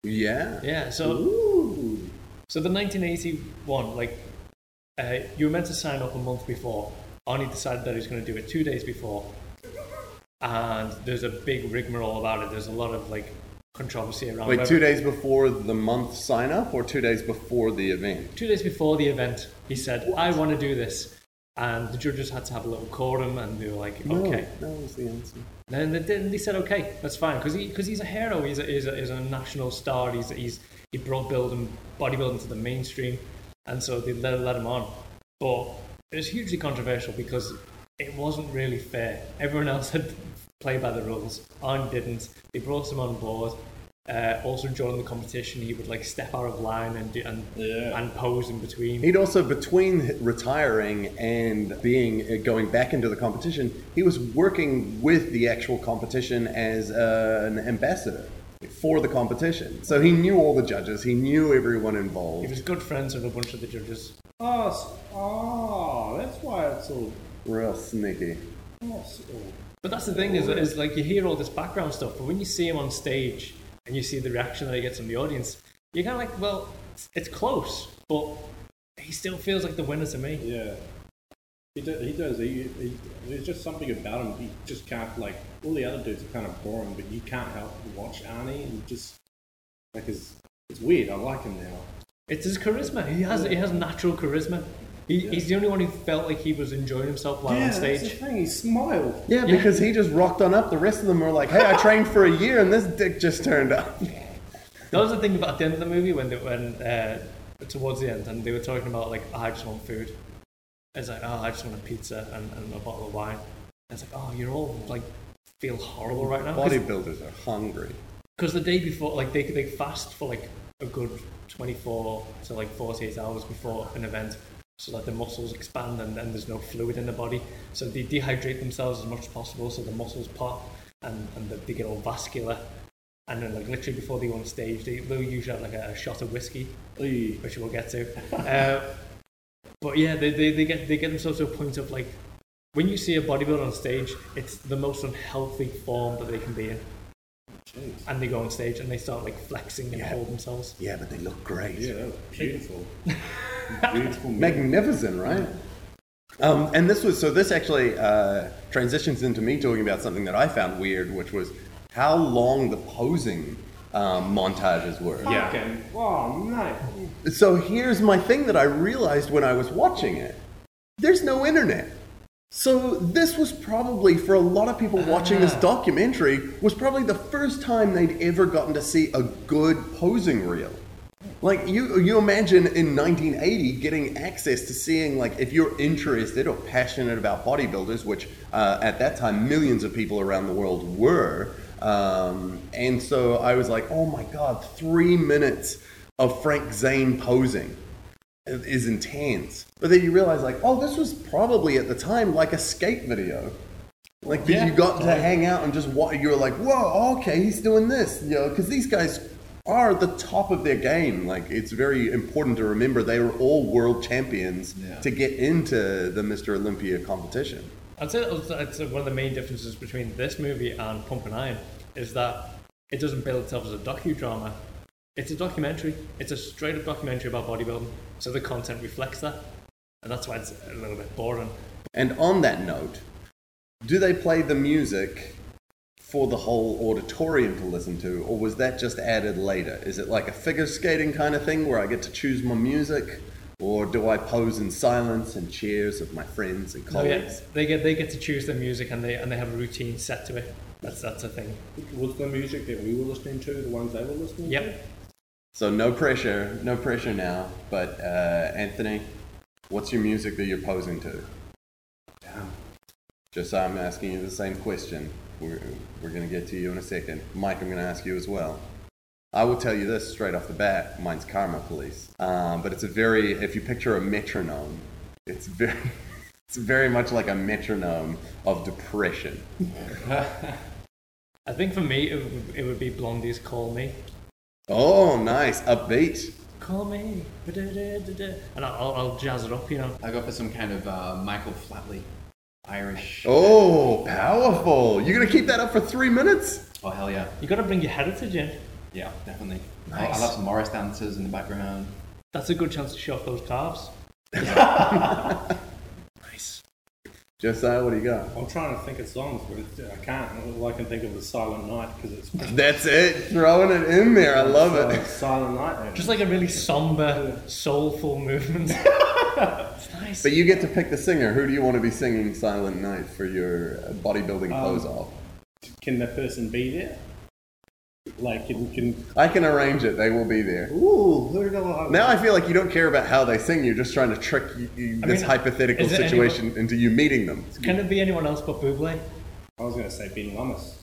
Yeah.
Yeah. So
Ooh.
so the 1981, like, uh, you were meant to sign up a month before. Arnie decided that he was going to do it two days before, and there's a big rigmarole about it. There's a lot of like controversy around.
Wait,
whether-
two days before the month sign up or two days before the event?
two days before the event, he said, "I want to do this," and the judges had to have a little quorum, and they were like, "Okay."
No, that was the answer.
Then they did, and they said, "Okay, that's fine," because he, cause he's a hero. He's a, he's, a, he's a national star. He's, he's he brought building bodybuilding to the mainstream, and so they let, let him on. But it was hugely controversial because it wasn't really fair. Everyone else had played by the rules. Arn didn't. They brought him on board. Uh, also during the competition, he would like step out of line and do, and and pose in between.
He'd also between retiring and being uh, going back into the competition, he was working with the actual competition as uh, an ambassador for the competition. So he knew all the judges, he knew everyone
He
involved.
was good friends with a bunch of the judges.
Oh, s- oh, that's why it's all.
Real sneaky.
Oh, it's all-
But that's the thing is, is like you hear all this background stuff, but when you see him on stage and you see the reaction that he gets from the audience, you're kind of like, well, it's, it's close, but he still feels like the winner to me.
Yeah. He, do, he does. He, he, there's just something about him. He just can't, like, all the other dudes are kind of boring, but you can't help but watch Arnie and just, like, it's, it's weird. I like him now.
It's his charisma. He has he has natural charisma. He, He's the only one who felt like he was enjoying himself while
yeah,
on
that's the
stage.
thing. He smiled.
Yeah, because he just rocked on up. The rest of them were like, "Hey, I trained for a year, and this dick just turned up."
That was the thing about at the end of the movie when they, when uh, towards the end and they were talking about like "Oh, I just want food. It's like oh I just want a pizza and, and a bottle of wine. And it's like oh you're all like feel horrible right now. 'Cause-
Bodybuilders are hungry.
because the day before, like they they fast for like a good twenty four to like forty eight hours before an event, so that the muscles expand and then there's no fluid in the body, so they dehydrate themselves as much as possible, so the muscles pop and and the, they get all vascular. And then, like literally before they go on stage, they will usually have like a, a shot of whiskey, which we'll get to. Uh, but yeah, they, they, they get they get themselves to a point of like, when you see a bodybuilder on stage, it's the most unhealthy form that they can be in and they go on stage and they start like flexing and hold themselves.
Yeah, but they look great.
Yeah, that was beautiful. beautiful. man.
magnificent, right? Um, and this was so. This actually uh, transitions into me talking about something that I found weird, which was how long the posing um, montages were.
Yeah. Fucking- Oh, mate.
So here's my thing that I realized when I was watching it. There's no internet. So this was probably for a lot of people watching this documentary was probably the first time they'd ever gotten to see a good posing reel. Like you you imagine in 1980 getting access to seeing like if you're interested or passionate about bodybuilders, which uh, at that time millions of people around the world were. Um, and so I was like, oh my god, three minutes of Frank Zane posing is intense. But then you realize, like, oh, this was probably at the time like a skate video. Like that you got to hang out and just watch. You were like, whoa, okay, he's doing this, you know, because these guys are the top of their game. Like, it's very important to remember they were all world champions to get into the Mr. Olympia competition.
I'd say that was that's one of the main differences between this movie and Pump and Iron is that it doesn't build itself as a docudrama. It's a documentary. It's a straight up documentary about bodybuilding. So the content reflects that, and that's why it's a little bit boring.
And on that note, do they play the music for the whole auditorium to listen to, or was that just added later? Is it like a figure skating kind of thing where I get to choose my music, or do I pose in silence and cheers of my friends and
So Oh, yeah,
colleagues?
they get they get to choose their music and they and they have a routine set to it. That's that's a thing.
Was the music that we were listening to the ones they were listening to?
Yep.
So no pressure, no pressure now. But uh, Anthony, what's your music that you're posing to? Just I'm asking you the same question. We're, we're going to get to you in a second. Mike, I'm going to ask you as well. I will tell you this straight off the bat. Mine's Uh, Karma Police. Um, but it's a very, if you picture a metronome, it's very, It's very much like a metronome of depression.
I think for me, it would, it would be Blondie's "Call Me."
Oh, nice. Upbeat.
Call me, da-da-da-da-da. and I'll, I'll jazz it up, you know.
I go for some kind of uh, Michael Flatley Irish. Oh.
Oh, powerful. You're going to keep that up for three minutes?
Oh, hell yeah,
You got to bring your heritage in.
yeah, definitely. I'll, I'll have some Morris dancers in the background.
That's a good chance to show off those calves. nice.
Josiah, what do you got?
I'm trying to think of songs, but I can't. All I can think of is Silent Night because it's
That's it. Throwing it in there. I love
uh,
it.
Silent Night.
Just like a really somber, soulful movement. it's nice.
But you get to pick the singer. Who do you want to be singing Silent Night for your uh, bodybuilding
Um,
close off?
can that person be there? Like, can, can
I can arrange it. They will be there.
ooh, who did I
Now I feel like you don't care about how they sing. You're just trying to trick you, you, this
mean,
hypothetical
is it
situation into you meeting them.
Can it be anyone else but Buble?
I was going to say Ben Lummis.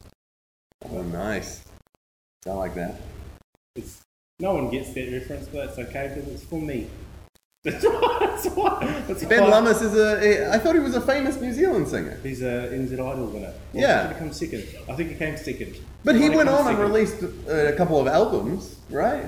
Oh, nice. I like that.
It's, no one gets that reference, but it's okay because it's for me. That's why. That's why. That's
Ben
why-
Lummis is a. I thought he was a famous New Zealand singer,
He's a NZ Idol winner. Well,
Yeah.
Did he come second? I think he came second.
but he
Might have
went
come
on and
second.
released uh, a couple of albums, right?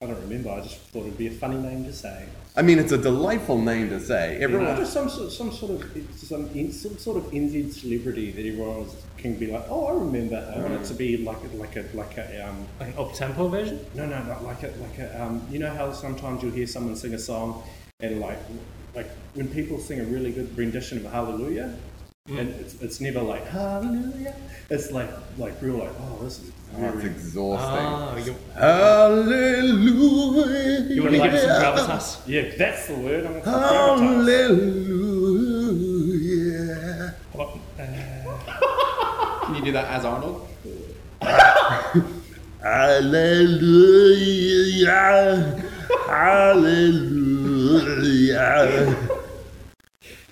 I don't remember. I just thought it'd be a funny name to say.
I mean, it's a delightful name to say. Everyone
Well, just some sort, some sort of it's some in- some sort of NZ celebrity that everyone was, can be like, oh, I remember. I want it to be like a- like a like a um,
Like an up tempo version?
no no not like a like a um, you know how sometimes you'll hear someone sing a song and like like when people sing a really good rendition of Hallelujah. And it's, it's never like hallelujah. It's like like real like oh this is
Oh, it's
very
exhausting.
Ah, you,
Hallelujah.
you want to give it some gravitas?
yeah that's the word I'm gonna
Hallelujah.
Can you do that as Arnold?
Hallelujah. Hallelujah.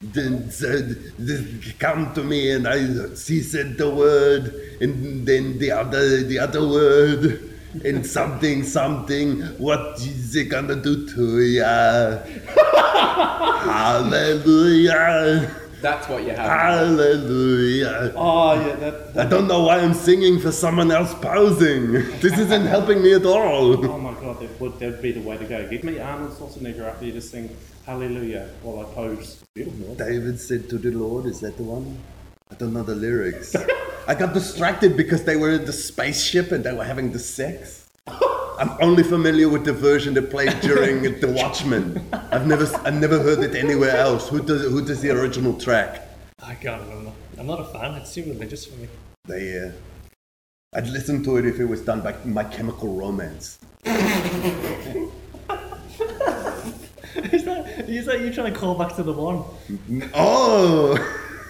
Then said, then come to me, and I. She said the word, and then the other, the other word, and something, something. What is it gonna do to ya? Hallelujah.
That's what you have.
Hallelujah.
Oh yeah, that,
I don't know why I'm singing for someone else posing. This isn't helping me at all.
Oh my god, that would that'd be the way to go. Give me Arnold Schwarzenegger up there to sing Hallelujah while I pose. Beautiful.
David said to the Lord, is that the one? I don't know the lyrics. I got distracted because they were in the spaceship and they were having the sex. I'm only familiar with the version that played during The Watchmen. I've never, I've never heard it anywhere else. Who does, who does the original track?
I can't remember. I'm not a fan. It's too religious for me.
They, uh, I'd listen to it if it was done by My Chemical Romance.
Is that, is that you trying to call back to the one?
Oh,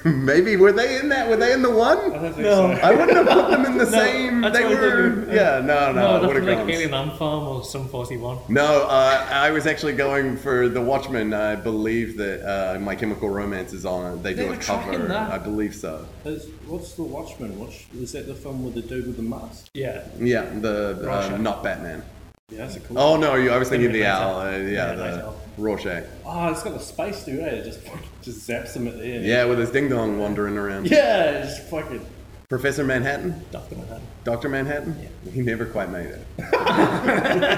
maybe were they in that? Were they in the one?
I don't think
No.
so.
I wouldn't have put them in the same.
that's
They
what I
were.
didn't-
Yeah,
no,
no, no, no would
that's
have
like
gone.
Alien Ant Farm or Sum 41.
No, uh, I was actually going for The Watchmen. I believe that uh, My Chemical Romance is on. They,
They
do a
were tracking
cover.
that.
I believe so.
Is- what's the Watchman? Watch is that the film with the dude with the mask?
Yeah.
Yeah, the uh,
Rorschach.
not Batman.
Yeah, that's a cool.
Oh no, you, I was thinking the
Midnight
owl. Uh, yeah,
Midnight
the
Owl.
Rorschach.
Ah, it's got the space dude. Eh? It just just zaps him at the end.
Yeah, with his ding dong wandering around.
Yeah, it's just fucking.
Professor Manhattan,
Doctor Manhattan.
Doctor Manhattan. He never quite made it. what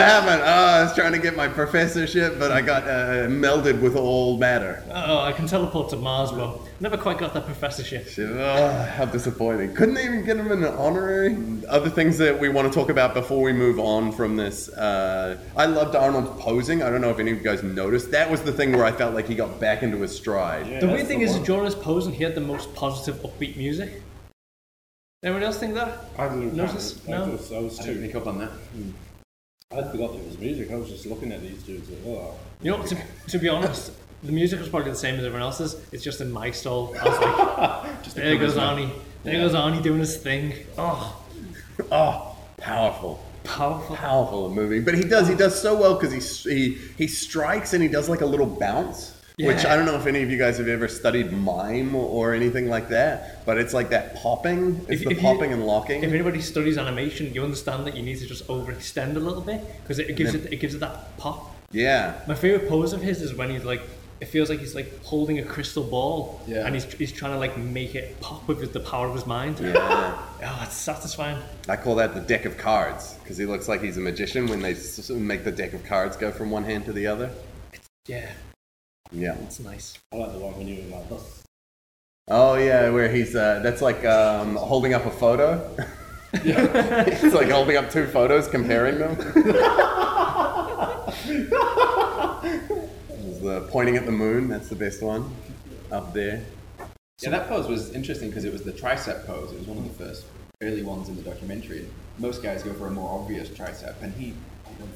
happened? Oh, I was trying to get my professorship, but I got uh, melded with all matter.
Oh, I can teleport to Mars, but never quite got that professorship.
Ugh, Oh, how disappointing. Couldn't even get him an honorary. Other things that we want to talk about before we move on from this. Uh, I loved Arnold posing. I don't know if any of you guys noticed. That was the thing where I felt like he got back into his stride.
Yeah,
the
that's
weird thing is,
one.
during his posing, he had the most positive, upbeat music. Anyone else think that?
I didn't
Notice?
I
No.
was, I was
I didn't
too.
pick up on that.
I forgot there was music. I was just looking at these dudes. Like, oh.
You know, to, to be honest, the music was probably the same as everyone else's. It's just in my soul. I was like, there goes Arnie. There goes Arnie doing his thing. Oh,
Oh, powerful.
powerful.
Powerful movie. But he does. He does so well because he, he, he strikes and he does like a little bounce. Which
Yeah.
I don't know if any of you guys have ever studied mime or anything like that, but it's like that popping. It's
If-
the
if you-
popping and locking.
If anybody studies animation, you understand that you need to just overextend a little bit because it, it gives it it gives it that pop.
yeah.
My favorite pose of his is when he's like it feels like he's like holding a crystal ball
Yeah.
and he's, he's trying to like make it pop with the power of his mind.
Yeah.
Oh, it's satisfying.
I call that the deck of cards because he looks like he's a magician when they s- s- make the deck of cards go from one hand to the other.
Yeah,
Yeah.
it's nice.
I like the one when you were like this.
Oh yeah, where he's uh, that's like um, holding up a photo. it's like holding up two photos, comparing them. There's the pointing at the moon. That's the best one up there.
Yeah, that pose was interesting because it was the tricep pose. It was one of the first early ones in the documentary. And most guys go for a more obvious tricep, and he.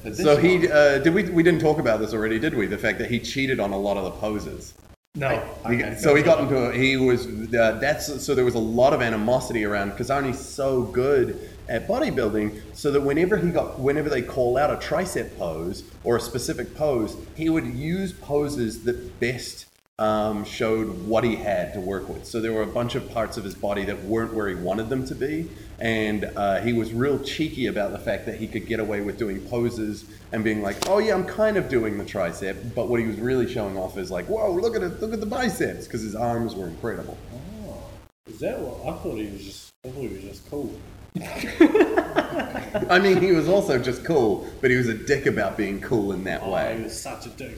for this
So
one-
he uh, did we we didn't talk about this already, did we? The fact that he cheated on a lot of the poses.
No,
He got- so he got into a, he was uh, that's so there was a lot of animosity around because Arnie's so good at bodybuilding so that whenever he got whenever they call out a tricep pose or a specific pose he would use poses that best um, showed what he had to work with so there were a bunch of parts of his body that weren't where he wanted them to be and uh, he was real cheeky about the fact that he could get away with doing poses and being like, "Oh yeah, I'm kind of doing the tricep," but what he was really showing off is like, "Whoa, look at it! Look at the biceps!" Because his arms were incredible.
Is that what I thought he was just? I thought he was just cool.
I mean, he was also just cool, but he was a dick about being cool in that
Like, he
way.
was such a dick.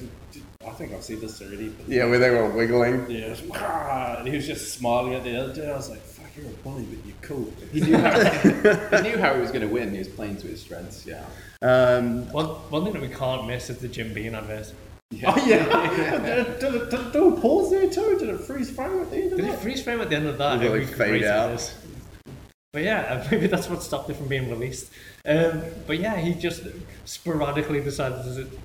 I think I've seen this already. But
Yeah, where they were wiggling.
Yeah, it was, "Rah," and he was just smiling at the other dude. I was like, "Fuck, you're a bully, but you're cool."
He knew how, he knew how he was going to win. He was playing to his strengths. Yeah.
Um,
one, one thing that we can't miss is the Jim Beam advert.
Oh yeah. did, did, it- did it do a pause there too? Did it freeze frame at the end of
Did it
that?
freeze frame at the end of that?
Really
It'd be
fade
great if it
out.
is. But yeah, maybe that's what stopped it from being released. Um, but yeah, he just sporadically decided to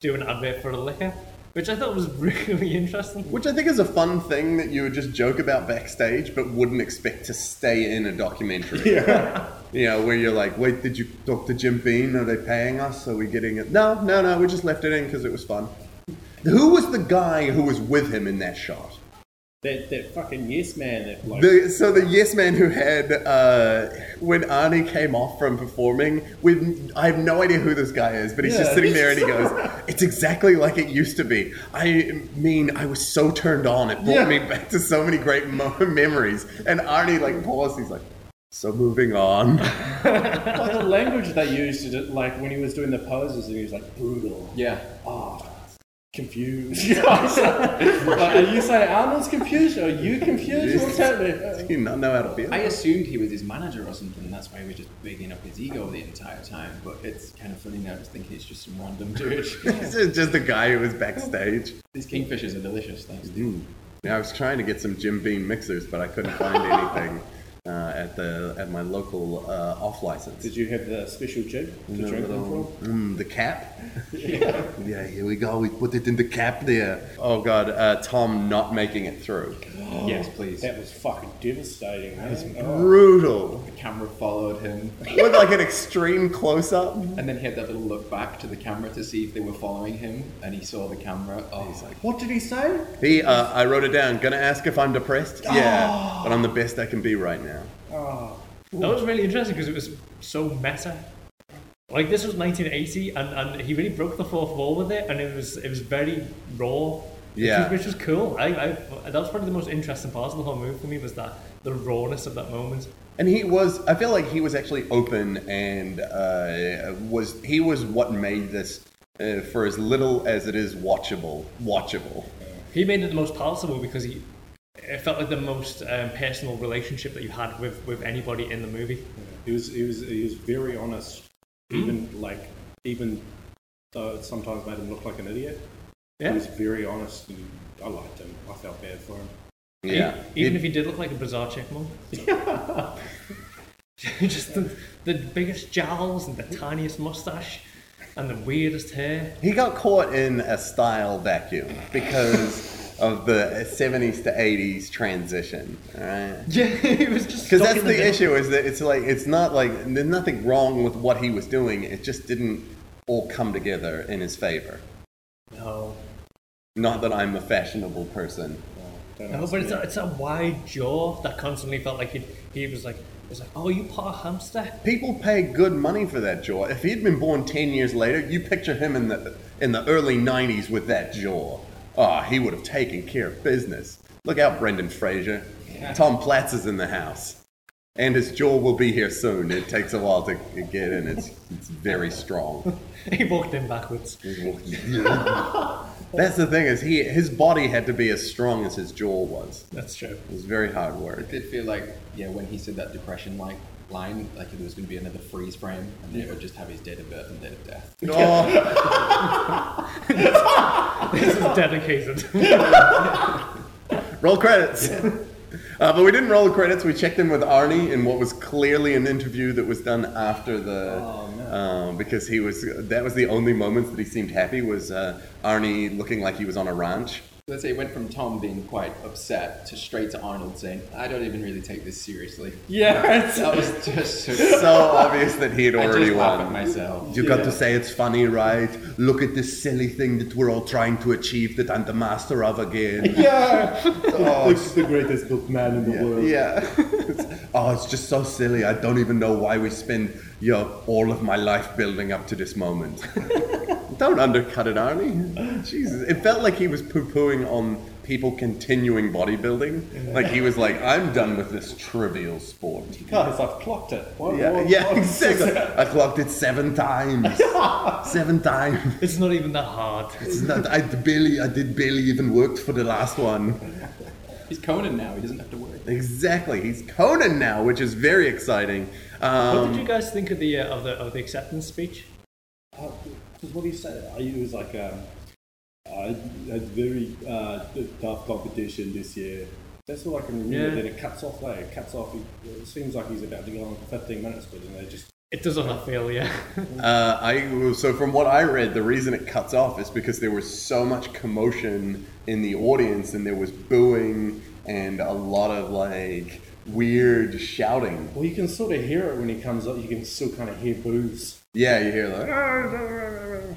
do an advert for a liquor, which I thought was really interesting.
which I think is a fun thing that you would just joke about backstage, but wouldn't expect to stay in a documentary.
Yeah.
You know, where you're like, wait, did you talk to Jim Beam? Are they paying us? Are we getting it? No, no, no, we just left it in because it was fun. Who was the guy who was with him in that shot?
that that fucking yes man. That bloke.
The, so the yes man who had, uh, when Arnie came off from performing, with, I have no idea who this guy is, but he's just
Yeah.
sitting there and he goes, it's exactly like it used to be. I mean, I was so turned on. It brought
Yeah.
me back to so many great mo- memories. And Arnie, like, paused. He's like, so moving on.
like the language they used, to do- like when he was doing the poses, and he was like brutal.
Yeah.
Ah, confused. like, are you saying Arnold's confused? Are you confused? What's
Do
happening?
you not know how to feel?
I assumed he was his manager or something. That's why he was just bigging up his ego the entire time. But it's kind of funny now just thinking he's just some random dude.
This is just a guy who was backstage. Hmm.
These kingfishers are delicious. Thanks.
Yeah, I was trying to get some Jim Beam mixers, but I couldn't find anything uh, at the at my local uh, off license.
Did you have the special jig to drink them from?
Mm, the cap. Yeah. here we go. We put it in the cap there. Oh God, uh, Tom not making it through.
Yes, please.
That was fucking devastating. That was
Brutal.
The camera followed him,
With like an extreme close up.
and then he had that little look back to the camera to see if they were following him, and he saw the camera. Oh, he's like,
What did he say?
He, uh, I wrote it down. Gonna ask if I'm depressed. Yeah, but I'm the best I can be right now.
Oh,
That was really interesting because it was so meta. Like this was 1980, and, and he really broke the fourth wall with it, and it was it was very raw. which
Yeah.
was- which was cool. I, I that was probably the most interesting part of the whole movie for me was that the rawness of that moment.
And he was, I feel like he was actually open and uh, was, he was what made this, uh, for as little as it is watchable, watchable.
He made it the most palatable because he it felt like the most um, personal relationship that you had with with anybody in the movie.
he was he was he was very honest. Even like even though it sometimes made him look like an idiot, he
Yeah.
was very honest, and I liked him. I felt bad for him.
Yeah.
E-, Even if he did look like a bizarre chick mom. Just the, the biggest jowls and the tiniest mustache and the weirdest hair.
He got caught in a style vacuum because of the 70s to 80s transition, right?
Yeah, it was just stuck
Because that's
in
the,
middle.
issue is that it's like, it's not like, there's nothing wrong with what he was doing, it just didn't all come together in his favor.
No,
Not that I'm a fashionable person.
Don't
no,
ask
but
me.
it's a, it's a wide jaw that constantly felt like he he was like it was like oh you part hamster.
People pay good money for that jaw. If he'd been born ten years later, you picture him in the in the early '90s with that jaw. Oh, he would have taken care of business. Look out, Brendan Fraser. Tom Platz is in the house. And his jaw will be here soon. It takes a while to get in. It's, it's very strong.
he walked in backwards.
That's the thing is he his body had to be as strong as his jaw was.
That's true.
It was very hard work.
It did feel like, yeah, when he said that depression like line, like there was going to be another freeze frame, and they would just have his date of birth and date of death.
Oh,
This is dedicated.
roll credits. Uh, but we didn't roll the credits. We checked in with Arnie in what was clearly an interview that was done after the, um, because he was that was the only moments that he seemed happy was uh, Arnie looking like he was on a ranch.
Let's say it went from Tom being quite upset to straight to Arnold saying, "I don't even really take this seriously."
Yeah, it's,
That was just so.
So obvious that he had
I
already
just laugh at
won.
myself.
You got to say it's funny, right? Look at this silly thing that we're all trying to achieve that I'm the master of again.
yeah.
Oh,
It's the greatest book man in the world.
Yeah. oh, it's just so silly. I don't even know why we spend you know, all of my life building up to this moment. don't undercut it, Arnie. Jesus. It felt like he was poo pooing on people continuing bodybuilding. Like he was like, I'm done with this trivial sport.
Guys, I've clocked it. What-
Yeah,
what-
yeah,
what-
exactly. I clocked it seven times. seven times.
It's not even that hard.
It's not, I barely, I did barely even worked for the last one.
He's Conan now. He doesn't have to worry.
Exactly. He's Conan now, which is very exciting.
What
Um,
did you guys think of the uh, of the of the acceptance speech?
Uh, what do you say? Uh, It was like um, uh, a very uh, t- tough competition this year. That's all I can remember.
Yeah.
Then it cuts off there. It cuts off. It, it seems like he's about to go on for 15 minutes, but then they just.
It does on that feel, yeah.
Uh, I so from what I read, the reason it cuts off is because there was so much commotion in the audience, and there was booing and a lot of like weird shouting.
Well, you can sort of hear it when he comes up. You can still kind of hear boos.
Yeah, you hear like "Ah."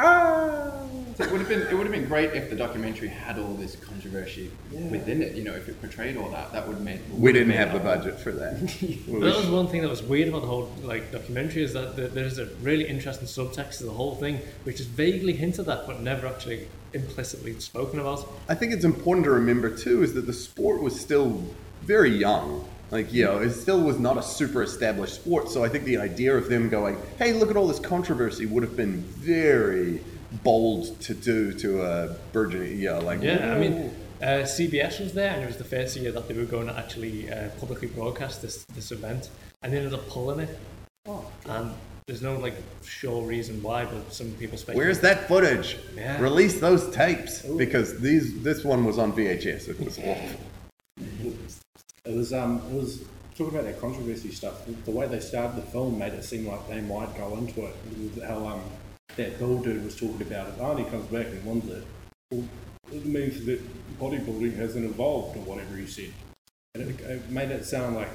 So it would have been it would have been great if the documentary had all this controversy within it. You know, if it portrayed all that, that would have made.
we didn't have the budget for that.
that was one thing that was weird about the whole like documentary is that th- there is a really interesting subtext to the whole thing, which is vaguely hinted at but never actually implicitly spoken about.
I think it's important to remember too is that the sport was still very young. Like, you know, it still was not a super established sport. So I think the idea of them going, hey, look at all this controversy would have been very bold to do to a burgeoning, you know, like,
Yeah, I mean, uh, CBS was there, and it was the first year that they were going to actually uh, publicly broadcast this this event, and they ended up pulling it. Oh, and there's no like sure reason why, but some people speculate.
Where's that footage?
Yeah.
Release those tapes because these this one was on VHS. It was awful.
It was um, it was talking about that controversy stuff. The- The way they started the film made it seem like they might go into it. With How um, that Bill dude was talking about it. Arnie comes back and wins it. Well, it means that bodybuilding hasn't evolved or whatever he said, and it, it made it sound like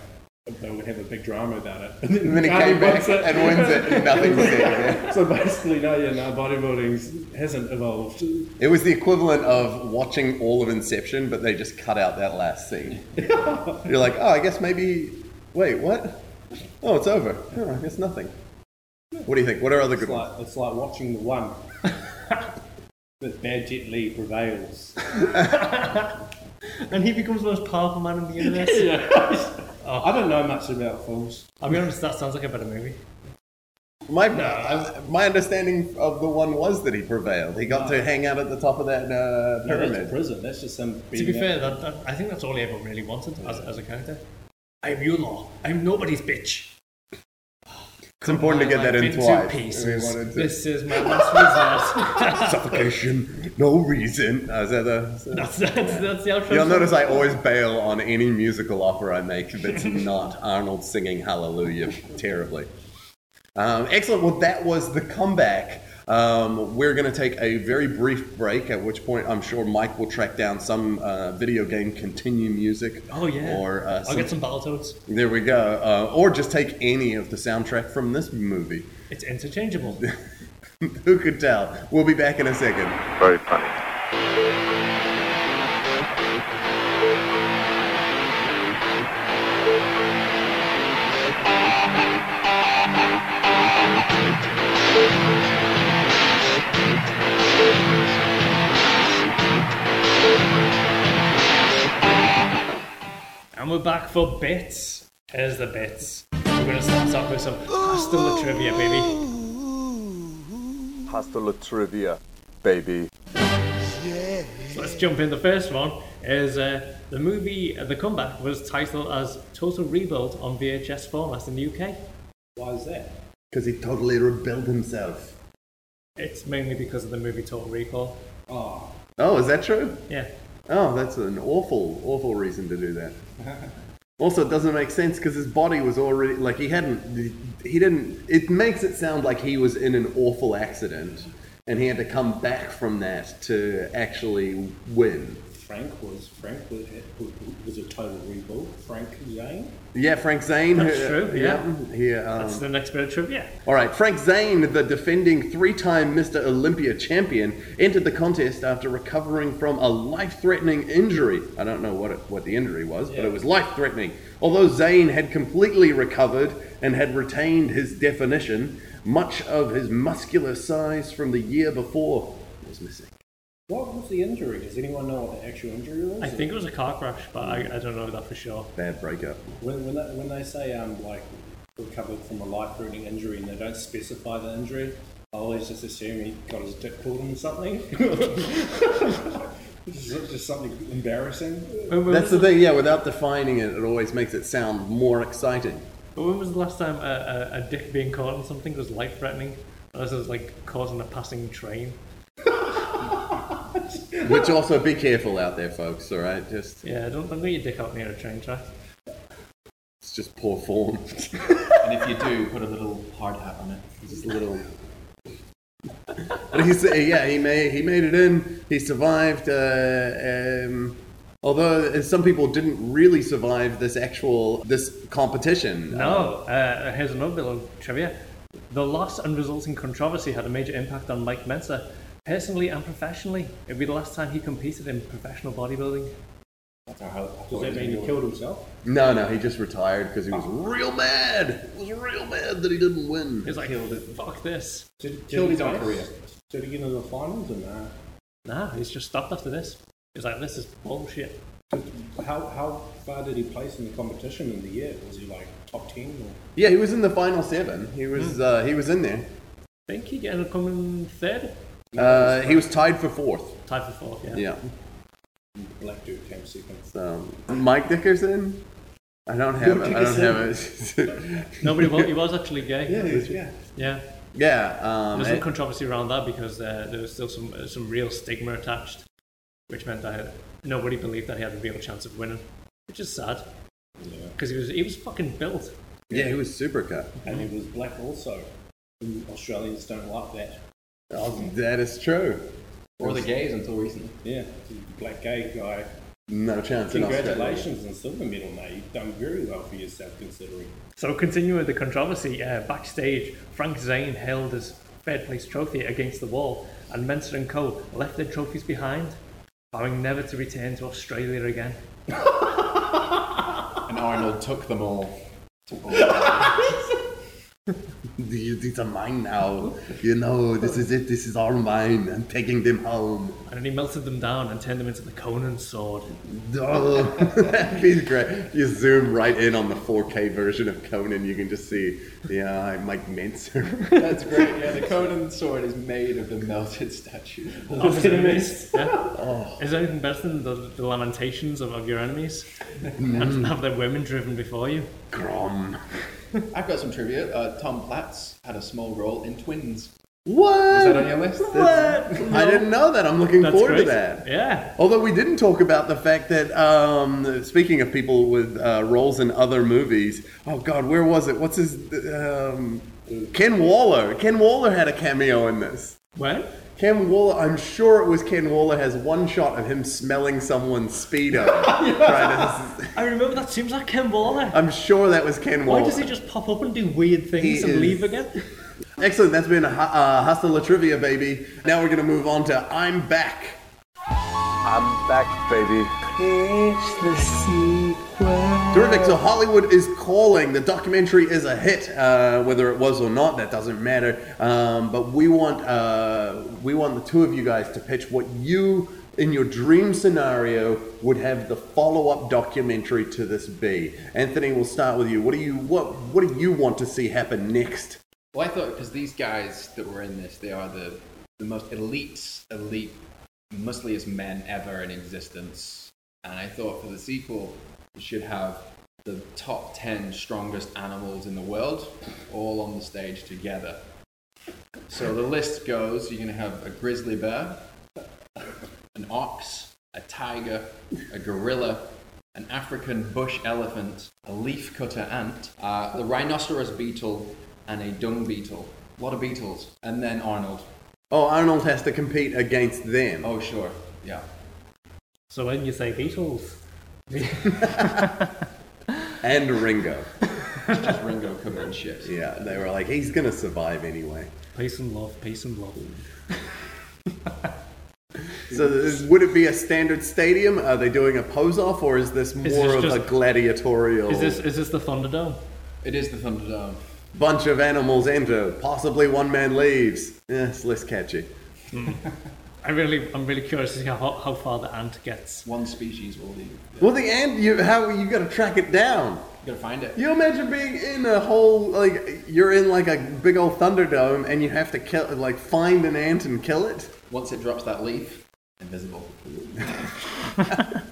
they would have a big drama about it. And
And then he came back and wins it, and nothing was said.
So basically, no, yeah, no, bodybuilding hasn't evolved.
It was the equivalent of watching all of Inception, but they just cut out that last scene. You're like, oh, I guess maybe. Wait, what? Oh, it's over. Oh, I guess nothing. What do you think? What are other good
It's
ones?
like, it's like watching the one. that Bad Jet Li prevails.
And he becomes the most powerful man in the universe.
I don't know much about films.
I'll be honest, that sounds like a better movie.
My, my understanding of the one was that he prevailed. He got to hang out at the top of that uh,
No, that's
pyramid.
prison. That's just some.
To be fair, that, that, I think that's all he ever really wanted as, as a character. I'm your law. I'm nobody's bitch.
It's important to get that
I've
in
been
twice.
Two
We
pieces.
wanted to-
This is my last resort.
Suffocation, no reason. Uh, is that the- is that-
that's, that's, that's the outro.
You'll notice I always bail on any musical offer I make that's not Arnold singing Hallelujah terribly. Um, excellent. Well, that was the comeback. Um, we're going to take a very brief break, at which point I'm sure Mike will track down some uh, video game continue music.
Oh yeah.
Or uh,
I'll
some,
get some Battletoads.
there we go. Uh, or just take any of the soundtrack from this movie.
It's interchangeable.
Who could tell? We'll be back in a second.
Very funny.
Thank
we're back for bits. Here's the bits. We're gonna start off with some pasta la trivia, baby.
Pasta la trivia, baby.
So let's jump in. The first one is uh, the movie uh, The Comeback was titled as Total Rebuild on VHS format in the UK.
Why is that?
Because he totally rebuilt himself.
It's mainly because of the movie Total Recall.
Oh,
Oh, is that true?
Yeah.
Oh, that's an awful, awful reason to do that. also, it doesn't make sense because his body was already like he hadn't, he didn't. It makes it sound like he was in an awful accident, and he had to come back from that to actually win.
Frank was Frank was, was a total rebuild. Frank Zane.
Yeah, Frank Zane.
That's
who- uh,
true, yeah.
He, um,
That's the next bit of trivia.
All right, Frank Zane, the defending three time Mr. Olympia champion, entered the contest after recovering from a life threatening injury. I don't know what, it, what the injury was, but it was life threatening. Although Zane had completely recovered and had retained his definition, much of his muscular size from the year before was missing.
What was the injury? Does anyone know what the actual injury was?
I think it was a car crash, but I, I don't know that for sure.
Bad breakup.
when when they, when they say um like recovered from a life-threatening injury and they don't specify the injury, I always just assume he got his dick pulled in something. just, just something embarrassing.
When, when
That's
was
the thing, yeah, without defining it, it always makes it sound more exciting.
But when was the last time a, a, a dick being caught in something was life threatening? Unless it was like causing a passing train.
Which also, be careful out there, folks, all right? Just,
Yeah, don't, don't get your dick out near a train track.
it's just poor form.
And if you do, put a little hard hat on it.
Just a little. but he's, yeah, he made he made it in. He survived. Uh, um, although uh, some people didn't really survive this actual this competition.
No, uh, here's another bit of trivia. The loss and resulting controversy had a major impact on Mike Mensa, personally and professionally. It'd be the last time he competed in professional bodybuilding.
That's our hope. I thought
Does
it
that
was
mean he
yours.
killed himself?
No, no, he just retired because he was real mad. He was real mad that he didn't win.
He's like, fuck this.
Did,
Killed his
did he
own
race?
career.
Did he get into the finals uh, or nah?
Nah, he's just stopped after this. He's like, this is bullshit.
How how far did he place in the competition in the year? Was he like top ten or?
Yeah, he was in the final seven. He
Hmm.
was uh, he was in there.
Think he ended up coming third?
Uh, he was tied for fourth.
Tied for fourth, yeah.
Yeah.
Black dude came second.
So Mike Dickerson. I don't have it. I don't have it.
Nobody, wa- he was actually gay.
yeah.
yeah.
yeah. Um,
There's
it-
some controversy around that because uh, there was still some uh, some real stigma attached, which meant that nobody believed that he had a real chance of winning, which is sad. Because he was he was fucking built.
yeah, he was super cut.
And he was black also. And Australians don't like that.
Oh, that is true.
Or the gays until recently.
Yeah, he's a black gay guy.
No chance in Australia.
Congratulations on silver medal, mate. You've done very well for yourself considering.
So continuing the controversy, uh, backstage, Frank Zane held his third place trophy against the wall, and Mensa and Co left their trophies behind, vowing never to return to Australia again.
And Arnold took them all. Took all.
These these are mine now. You know, this is it. This is all mine. I'm taking them home.
And then he melted them down and turned them into the Conan sword.
Oh, that'd be great. You zoom right in on the 4K version of Conan. You can just see, yeah, I'm Mike Menser.
That's great. Yeah, the Conan sword is made of the melted statue.
Yeah. Is there anything better than the, the lamentations of, of your enemies? and have their women driven before you?
Grom.
I've got some trivia. Uh, Tom Platz had a small role in Twins.
What?
Was that on your list?
That's- I didn't know that. I'm looking forward
great.
to that.
Yeah.
Although we didn't talk about the fact that, um, speaking of people with uh, roles in other movies, oh God, where was it? What's his? Um, Ken Waller. Ken Waller had a cameo in this.
When?
Ken Waller. I'm sure it was Ken Waller. Has one shot of him smelling someone's speedo. Trying to-
I remember that seems like Ken Waller.
I'm sure that was Ken
Why
Waller.
does he just pop up and do weird things
He
and
is-
leave again?
Excellent. That's been ha- uh, Hustle La Trivia, baby. Now we're gonna move on to I'm Back. I'm back, baby. Terrific. So Hollywood is calling. The documentary is a hit, uh, whether it was or not. That doesn't matter. Um, but we want uh, we want the two of you guys to pitch what you in your dream scenario would have the follow-up documentary to this be? Anthony, we'll start with you. What do you what what do you want to see happen next?
Well, I thought because these guys that were in this, they are the the most elite, elite, muscliest men ever in existence. And I thought for the sequel, we should have the top ten strongest animals in the world all on the stage together. So the list goes: you're gonna have a grizzly bear, an ox, a tiger, a gorilla, an African bush elephant, a leaf cutter ant, uh, the rhinoceros beetle, and a dung beetle. A lot of beetles. And then Arnold.
Oh, Arnold has to compete against them.
Oh, sure. Yeah.
So when you say Beatles,
And Ringo.
Just Ringo covering shit.
Yeah, they were like, he's gonna survive anyway.
peace and love, peace and love.
So this- would it be a standard stadium? Are they doing a pose off, or is this more of
just-
a gladiatorial
Is this is this the Thunderdome?
It is the Thunderdome.
bunch of animals enter? Possibly one man leaves. Yeah, it's less catchy.
I really, I'm really curious to see how how far the ant gets.
One species will leave.
Well, the ant, you how you gotta track it down?
You gotta find it.
You imagine being in a whole like you're in like a big old thunderdome, and you have to kill like find an ant and kill it.
Once it drops that leaf, invisible.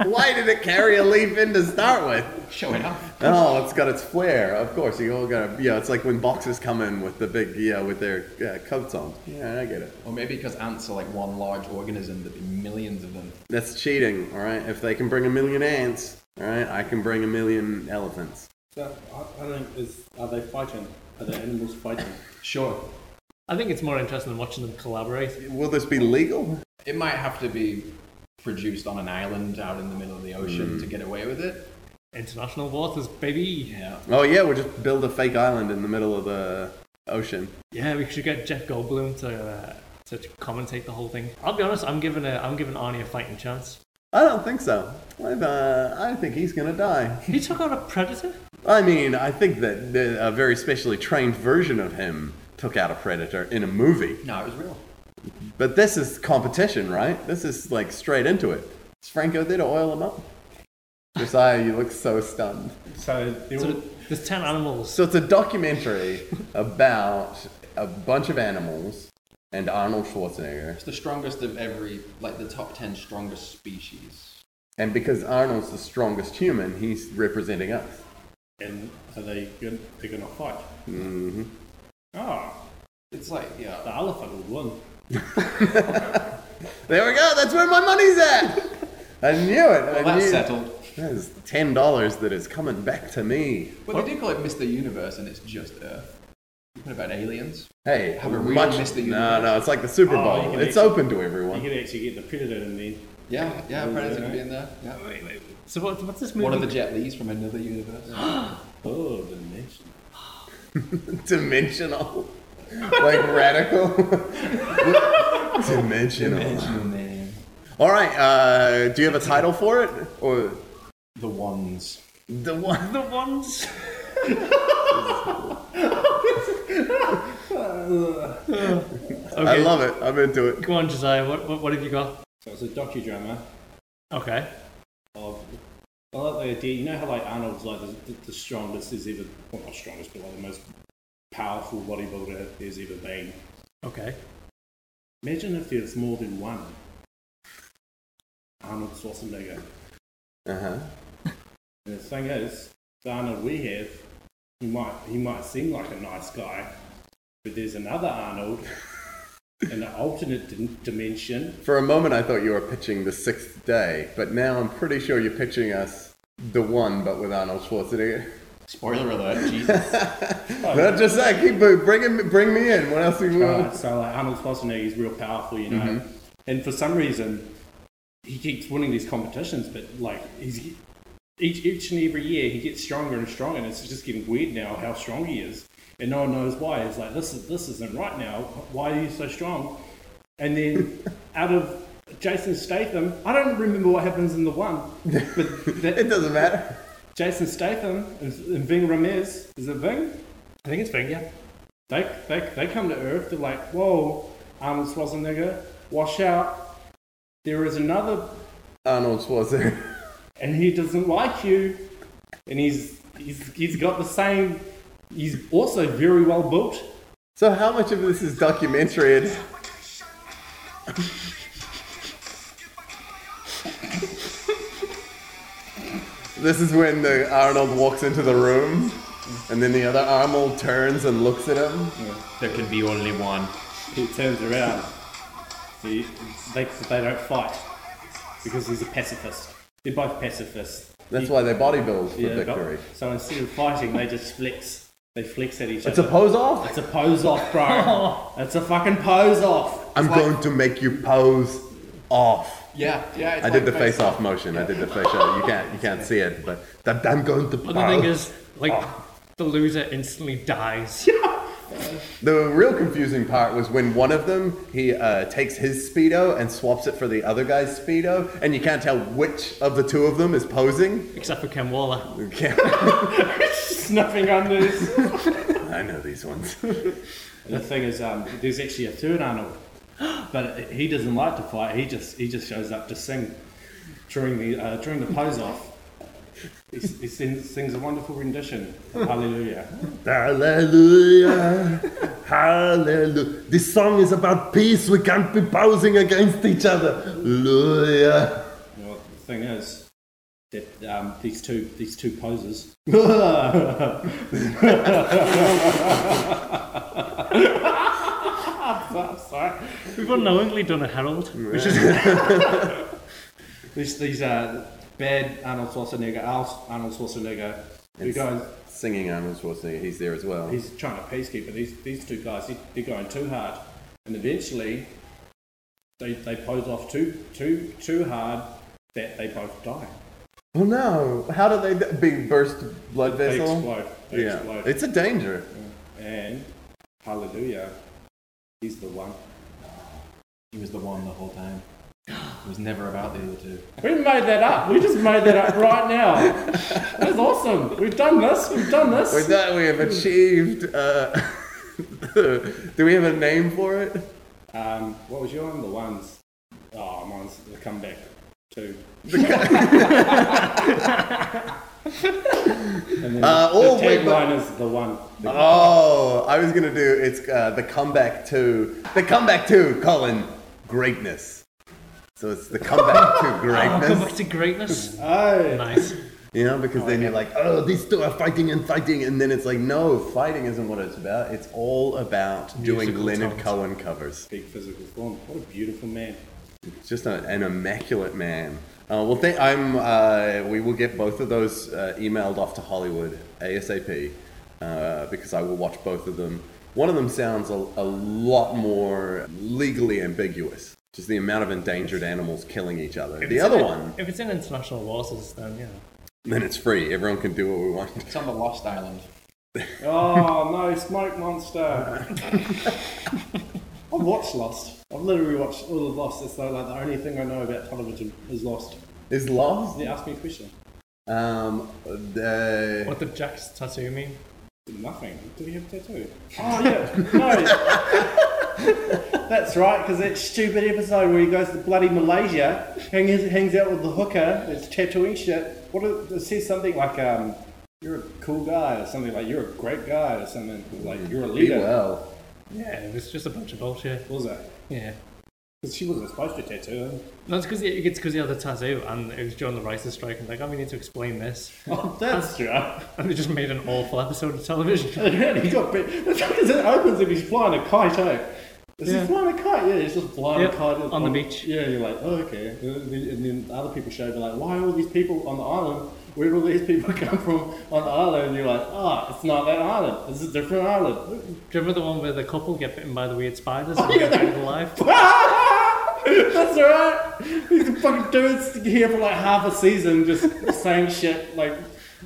Why did it carry a leaf in to start with?
Show it off.
Oh, it's got its flair, of course. You all got, yeah. It's like when boxers come in with the big, yeah, with their uh, coats on. Yeah, I get it.
Or maybe because ants are like one large organism, there'd be millions of them.
That's cheating, all right. If they can bring a million ants, all right, I can bring a million elephants.
So I, I think is are they fighting? Are the animals fighting?
Sure.
I think it's more interesting than watching them collaborate.
Will this be legal?
It might have to be produced on an island out in the middle of the ocean to get away with it.
International waters, baby.
Yeah.
Oh yeah, we'll just build a fake island in the middle of the ocean.
Yeah, we should get Jeff Goldblum to uh, to commentate the whole thing. I'll be honest, I'm giving a I'm giving Arnie a fighting chance.
I don't think so. I've, uh, I think he's gonna die.
He took on a predator.
I mean, I think that the, a very specially trained version of him took out a predator in a movie.
No, it was real.
But this is competition, right? This is like straight into it. Is Franco there to oil him up? Josiah, you look so stunned.
So they're
So
all,
there's ten animals.
So it's a documentary about a bunch of animals and Arnold Schwarzenegger.
It's the strongest of every, like the top 10 strongest species.
And because Arnold's the strongest human, he's representing us.
and are they going? They're going to fight. Mm-hmm. Oh,
It's like, yeah.
the elephant will win.
There we go. That's where my money's at. I knew it. I
Well, that's
knew-
settled.
That is ten dollars that is coming back to me.
Well, they do call it Mr. Universe, and it's just Earth. You put about aliens?
Hey,
Have a
we're
real
much.
Mr.
No,
Universe.
no, it's like the Super
Oh,
Bowl.
you can
it's
actually-
open to everyone.
You can actually get the predator in there.
Yeah, yeah, Predator could be in there. Yeah.
So what, what's this movie?
One of the Jet Lees from another universe.
Oh, the nation.
dimensional, like radical, dimensional.
name.
All right, uh, do you have a title for it, or
The Ones.
the one?
the ones. okay.
I love it. I'm into it.
Go on, Josiah. What, what, what have you got?
So it's a docudrama
Okay.
of. I like the idea. You know how like Arnold's like the, the, the strongest is ever, well not strongest, but like the most powerful bodybuilder there's ever been.
Okay.
Imagine if there's more than one Arnold Schwarzenegger.
Uh huh.
And the thing is, the Arnold we have, he might he might seem like a nice guy, but there's another Arnold in an alternate dim- dimension.
For a moment, I thought you were pitching the sixth day, but now I'm pretty sure you're pitching us the one, but with Arnold Schwarzenegger.
Oh, Spoiler alert, Jesus.
Not just that. Keep bringing, me- bring me in. What else do you
Uh,
want?
so like Arnold Schwarzenegger is real powerful, you know. And for some reason, he keeps winning these competitions, but like he's each each and every year he gets stronger and stronger, and it's just getting weird now how strong he is, and no one knows why. It's like this is this isn't right now. Why are you so strong? And then out of Jason Statham, I don't remember what happens in the one, but
It
that,
doesn't matter.
Jason Statham and and Ving Ramirez is it Ving?
I think it's Bing, yeah.
They, they, they come to Earth, they're like, whoa, Arnold Schwarzenegger, wash out. There is another,
Arnold Schwarzenegger.
and he doesn't like you, and he's he's, he's got the same. He's also very well built.
So how much of this is documentary? And this is when the Arnold walks into the room, and then the other Arnold turns and looks at him.
There can be only one.
He turns around. He, they, they don't fight because he's a pacifist. They're both pacifists.
That's why they bodybuild for
Yeah, but-
victory.
So instead of fighting, they just flex. They flex at each
It's a
other.
pose off.
it's a pose off, bro. it's a fucking pose off.
I'm going to make you pose off.
Yeah, yeah. It's
I did the
like
face off motion. I did the face off. You can't you can't see it, but that I'm going to.
But the thing
pose.
is, like,
Oh.
the loser instantly dies.
The real confusing part was when one of them he uh, takes his speedo and swaps it for the other guy's speedo, and you can't tell which of the two of them is posing.
Except for Ken Waller.
You can't-
Snuffing under this.
I know these ones.
the thing is, um, there's actually a third Arnold, but he doesn't like to fight. He just he just shows up to sing during the uh, during the pose off. He, s- he sings, sings a wonderful rendition. of Hallelujah.
Hallelujah, Hallelujah. This song is about peace. We can't be posing against each other. Hallelujah.
Well, the thing is that um, these two these two poses. Sorry.
We've unknowingly done a Herald.
Mm.
Which is
These these uh, bad Arnold Schwarzenegger, Al- Arnold Schwarzenegger. Who guys?
Singing Arnold Schwarzenegger. He's there as well.
He's trying to peacekeeper. These these two guys, they- they're going too hard, and eventually, they, they pose off too too too hard that they both die.
Oh no! How do they big burst blood
They
vessel?
explode. They
yeah,
explode.
it's a danger.
and Hallelujah, he's the one.
He was the one the whole time. It was never about the other two.
We made that up. We just made that up right now. That's awesome. We've done this. We've done this.
With that, we have achieved. Uh, do we have a name for it?
Um, what was your one? The ones. Oh, mine's the comeback. Two. and then
Uh,
the
oh, wait, but-
tagline is the one. The,
Oh, I was gonna do it's uh, the comeback to the comeback to Colin greatness. So it's the comeback to
I'll come back
greatness.
to greatness.
oh,
Nice.
You know, because then you're like, oh, these two are fighting and fighting, and then it's like, no, fighting isn't what it's about. It's all about doing
Musical
Leonard
talent.
Cohen covers.
big physical form. What a beautiful man.
just a, an immaculate man. Uh, well, th- I'm. Uh, we will get both of those uh, emailed off to Hollywood ASAP uh, because I will watch both of them. One of them sounds a, a lot more legally ambiguous, just the amount of endangered animals killing each other. The other one,
If it's in international waters, then yeah.
then it's free. Everyone can do what we want.
It's on the Lost Island.
Oh no, Smoke Monster. I've watched Lost. I've literally watched all of Lost. It's like the only thing I know about television is Lost.
Is lost.
Yeah, ask me a question.
Um, uh, the,
What did Jack's tattoo mean?
Nothing. Did he have a tattoo? Oh yeah, no. That's right, because that stupid episode where he goes to bloody Malaysia, hangs, hangs out with the hooker that's tattooing shit. What is, it says something like, um, "You're a cool guy" or something like, "You're a great guy" or something like, "You're a
be
leader."
well.
Yeah, it was just a bunch of bullshit.
What was that?
Yeah.
Because she wasn't supposed to tattoo him.
No, it's because he, it's 'cause he had a tattoo and it was during the writer's strike and like, oh, we need to explain this.
Oh, that's right.
And they just made an awful episode of television.
he got bit. Because it opens and he's flying a kite, eh? Is
Yeah.
he flying a kite? Yeah, he's just flying
Yep,
a kite
on the beach.
Yeah, you're like, oh, okay. And then, and then other people show up, like, why are all these people on the island? Where did all these people come from on the island? And you're like, ah, it's not that island. It's a different island.
Do you remember the one where the couple get bitten by the weird spiders and get
yeah.
back to life?
That's alright. These fucking dudes here for like half a season just saying shit like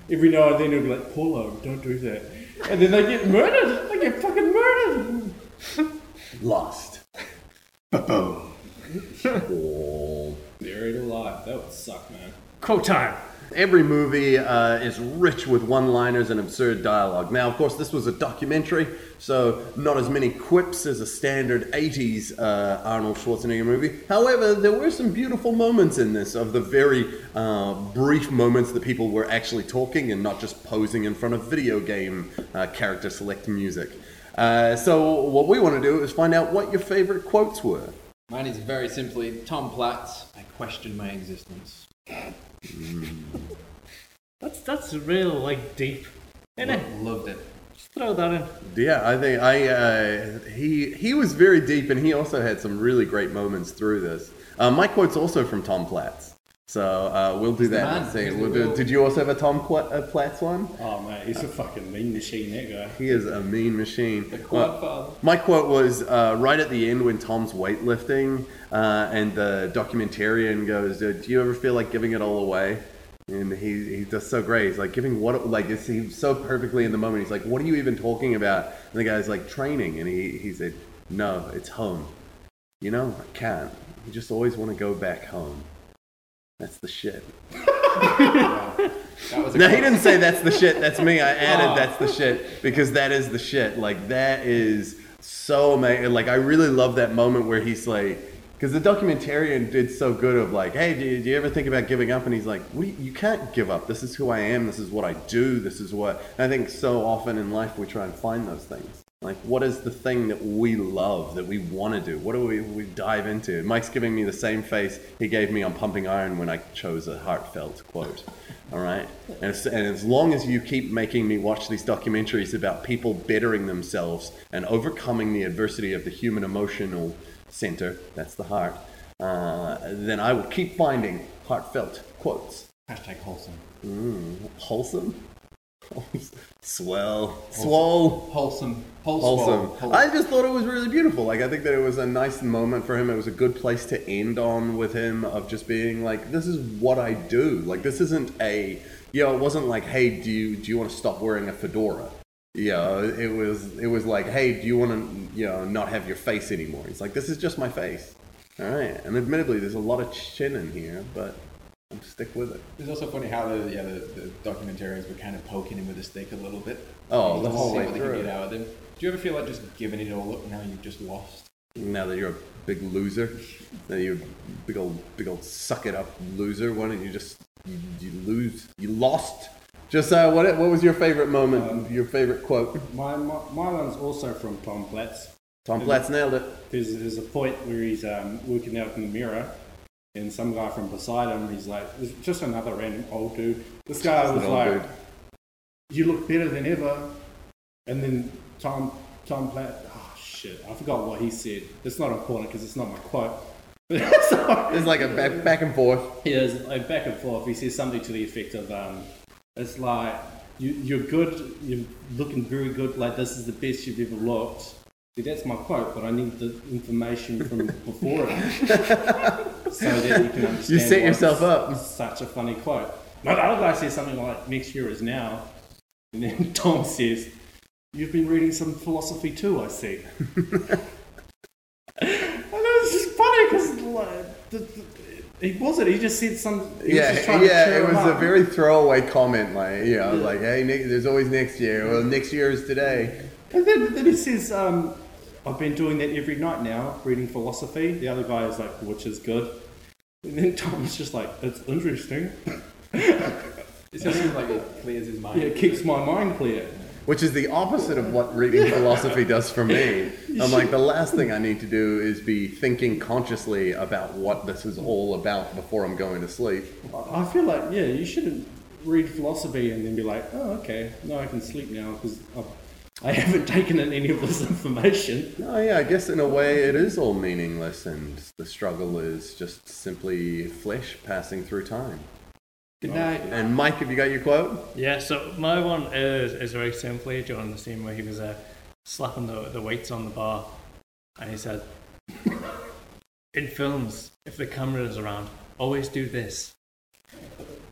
every now and then they'll be like, Paulo, don't do that. And then they get murdered. They get fucking murdered.
Lost. Ba-boom.
Buried alive. That would suck, man.
Quote time.
Every movie uh, is rich with one liners and absurd dialogue. Now, of course, this was a documentary, so not as many quips as a standard 80s uh, Arnold Schwarzenegger movie. However, there were some beautiful moments in this of the very uh, brief moments that people were actually talking and not just posing in front of video game uh, character select music. Uh, so, what we want to do is find out what your favorite quotes were.
Mine is very simply Tom Platz. I question my existence.
That's that's real like deep, isn't it?
Loved it.
Just throw that in.
Yeah, I think I uh, he he was very deep, and he also had some really great moments through this. Uh, my quote's also from Tom Platz, so uh, we'll do that.
man.
in a second.
He's the
We'll do-
real-
did you also have a Tom Qu- uh, Platz one?
Oh mate, he's a fucking mean machine. That guy.
He is a mean machine.
quad father.
my quote was uh, right at the end when Tom's weightlifting, uh, and the documentarian goes, "Do you ever feel like giving it all away?" And he, he does so great. He's like giving what like it's, he's so perfectly in the moment. He's like, "What are you even talking about?" And the guy's like, "Training," and he he said, "No, it's home. You know, I can't. You just always want to go back home. That's the shit."
That was a Oh.
No, he didn't say that's the shit. That's me. I added that's the shit because that is the shit. Like that is so amazing. Like I really love that moment where he's like, because the documentarian did so good of like, hey, do you, do you ever think about giving up? And he's like, what do you, you can't give up. This is who I am. This is what I do. This is what. And I think so often in life we try and find those things. Like, what is the thing that we love that we want to do? What do we, we dive into? Mike's giving me the same face he gave me on Pumping Iron when I chose a heartfelt quote. All right. And, as- and as long as you keep making me watch these documentaries about people bettering themselves and overcoming the adversity of the human emotional center, that's the heart, uh, then I will keep finding heartfelt quotes. Mm,
hashtag wholesome.
Wholesome? Swell. Swole.
Wholesome. Wholesome.
Awesome. I just thought it was really beautiful. Like I think that it was a nice moment for him. It was a good place to end on with him of just being like, this is what I do. Like this isn't a you know, it wasn't like, hey, do you do you want to stop wearing a fedora? You know, it was it was like, hey, do you want to you know not have your face anymore? He's like, this is just my face. All right. And admittedly, there's a lot of chin in here, but I'm stick with it.
It's also funny how the, yeah, the, the documentarians were kind of poking him with a stick a little bit.
Oh, the
Just to
whole
see
way
what they
through.
could get out of them. Do you ever feel like just giving it all up now you've just lost?
Now that you're a big loser, now you're a big old, big old suck it up loser. Why don't you just you, you lose? You lost. Just uh, what? What was your favorite moment? your favorite quote?
My, my my one's also from Tom Platz.
Tom Platz nailed it.
There's, there's a point where he's um, working out in the mirror, and some guy from beside him, he's like, it's just another random old dude. This guy was
an old
like,
dude.
"You look better than ever," and then Tom Tom Platt. Oh shit! I forgot what he said. It's not important because it's not my quote. so,
It's like a back, back and forth.
yeah, it's like back and forth. He says something to the effect of, um, "It's like you, you're good. You're looking very good. Like this is the best you've ever looked." See, that's my quote, but I need the information from before it, so that you can understand.
You set
why it's
yourself up.
Such a funny quote. No, the other guy says something like, "Next year is now," and then Tom says, "You've been reading some philosophy too, I see." And it was just funny because like, the, the, he wasn't. He just said some. He was just
Yeah,
trying to
yeah.
cheer
It
him
was a
up.
very throwaway comment. Like you know, like hey, ne- there's always next year. Well, next year is today.
And then, then he says, um, "I've been doing that every night now, reading philosophy." The other guy is like, "Which is good." And then Tom's just like, "It's interesting.
It just seems like it clears his mind.
Yeah, it keeps my mind clear."
Which is the opposite of what reading philosophy does for me. I'm like, the last thing I need to do is be thinking consciously about what this is all about before I'm going to sleep.
I I feel like yeah, you shouldn't read philosophy and then be like, "Oh, okay, now I can sleep now because I haven't taken in any of this information."
Oh, yeah, I guess in a way it is all meaningless, and the struggle is just simply flesh passing through time.
Good night.
And Mike, have you got your quote?
Yeah, so my one is, is very simply during the scene where he was uh, slapping the, the weights on the bar, and he said, "In films, if the camera is around, always do this."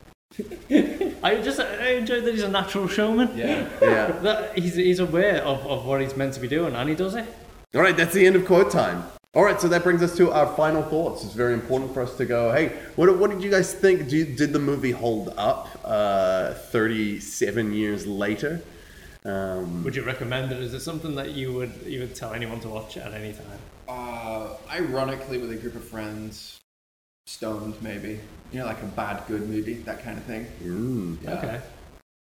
I just I enjoy that he's a natural showman.
Yeah.
Yeah.
That he's, he's aware of, of what he's meant to be doing, and he does it.
All right, that's the end of quote time. All right, so that brings us to our final thoughts. It's very important for us to go. Hey, what, what did you guys think? Do you, did the movie hold up uh, 37 years later? Um,
Would you recommend it? Is it something that you would you would tell anyone to watch at any time?
Uh, ironically, with a group of friends, stoned maybe. You know, like a bad good movie, that kind of thing.
mm.
Yeah.
Okay.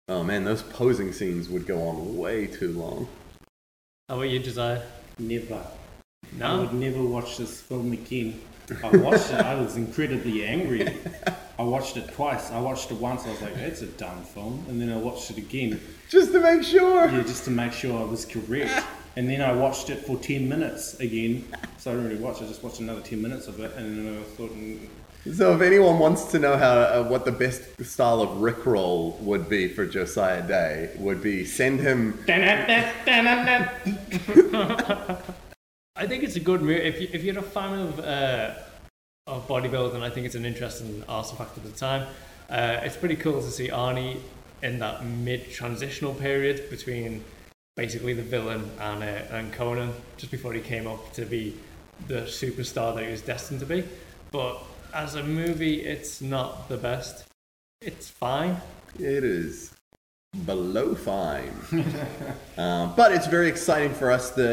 Oh man, those posing scenes would go on way too long.
How about you, Josiah?
Never. I
No.
would never watch this film again. I watched it. I was incredibly angry. I watched it twice. I watched it once. I was like, "That's a dumb film," and then I watched it again.
Just to make sure.
Yeah, just to make sure I was correct. And then I watched it for 10 minutes again. So I didn't really watch, I just watched another 10 minutes of it. And then I thought, mm,
So, if anyone wants to know how uh, what the best style of rickroll would be for Josiah Day, would be send him.
I think it's a good movie. If, you, if you're a fan of uh, of bodybuilding, I think it's an interesting artifact at the time. Uh, it's pretty cool to see Arnie in that mid transitional period between basically the villain and uh, and Conan, just before he came up to be the superstar that he was destined to be. But as a movie, it's not the best. It's fine.
It is below fine, um, but it's very exciting for us to,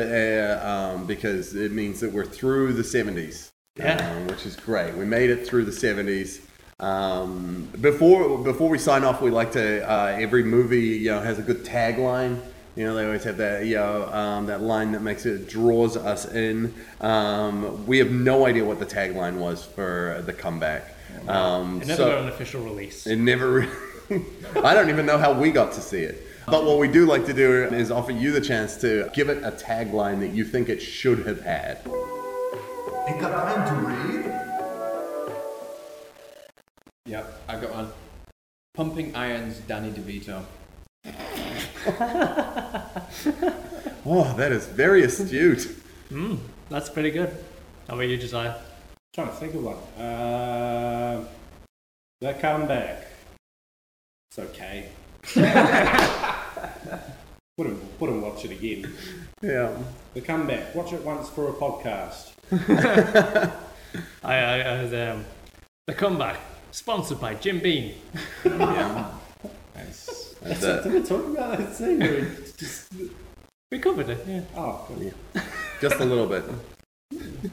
uh, um, because it means that we're through the seventies,
Yeah.
um, which is great. We made it through the seventies. Um, before before we sign off, we like to uh, every movie you know has a good tagline. You know they always have that you know um, that line that makes it draws us in. Um, we have no idea what the tagline was for the comeback. Um,
It never
so-
got an official release.
it never. I don't even know how we got to see it. But what we do like to do is offer you the chance to give it a tagline that you think it should have had.
Ain't got time to read.
Yep, I've got one. Pumping Irons, Danny DeVito.
Oh, that is very astute.
That's pretty good. How about you, Josiah?
trying to think of one. Uh, the comeback. It's okay. wouldn't, wouldn't watch it again.
Yeah.
The comeback. Watch it once for a podcast.
I, I, I had, um, the comeback sponsored by Jim Beam.
Nice.
That's it.
Did we talk about that scene? where we just,
We covered it. Yeah.
oh, God.
Just a little bit.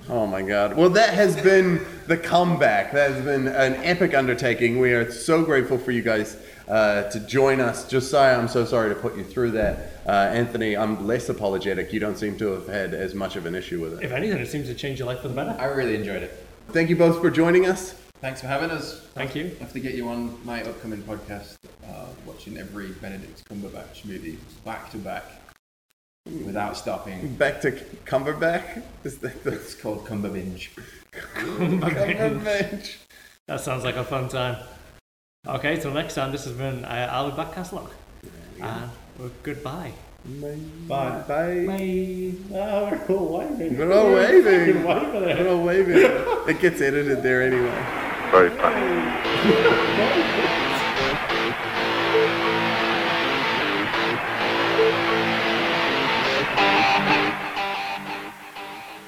Oh my God. Well, that has been the comeback. That has been an epic undertaking. We are so grateful for you guys uh, to join us. Josiah, I'm so sorry to put you through that. Uh, Anthony, I'm less apologetic. You don't seem to have had as much of an issue with it.
If anything, it seems to change your life for the better.
I really enjoyed it.
Thank you both for joining us.
Thanks for having us.
Thank you.
I have to get you on my upcoming podcast, uh, watching every Benedict Cumberbatch movie back to back without stopping.
Back to Cumberbatch. Is that the
It's called Cumberbinge.
Cumberbatch?
That sounds like a fun time. Okay, till next time, this has been uh, Ali Backcastlock. And well, goodbye.
Bye.
Bye.
Bye.
Oh, we're all waving.
We're all waving.
We're waving there.
We're all waving. It gets edited there anyway.
Very funny.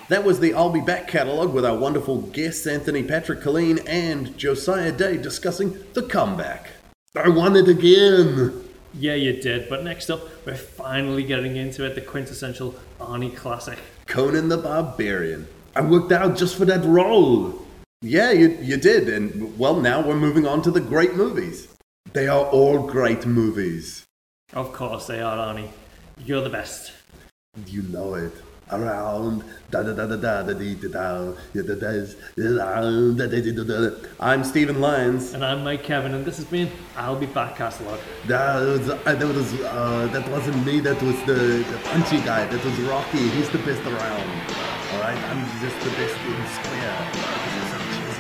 That was the I'll Be Back catalogue with our wonderful guests Anthony Patrick Colleen and Josiah Day discussing the comeback. I won it again.
Yeah, you did. But next up, we're finally getting into it the quintessential Arnie classic.
Conan the Barbarian. I worked out just for that role. Yeah, you, you did. And well, now we're moving on to the great movies. They are all great movies.
Of course, they are, Arnie. You're the best.
You know it. Around da da da da da da dee da da da da da's, around, da da dee, da da. I'm Stephen Lyons.
And I'm Mike Kevin, and this has been I'll Be Back Catalog.
That was, uh, that was uh, that wasn't me. That was the, the punchy guy. That was Rocky. He's the best around. All right, I'm just the best in square.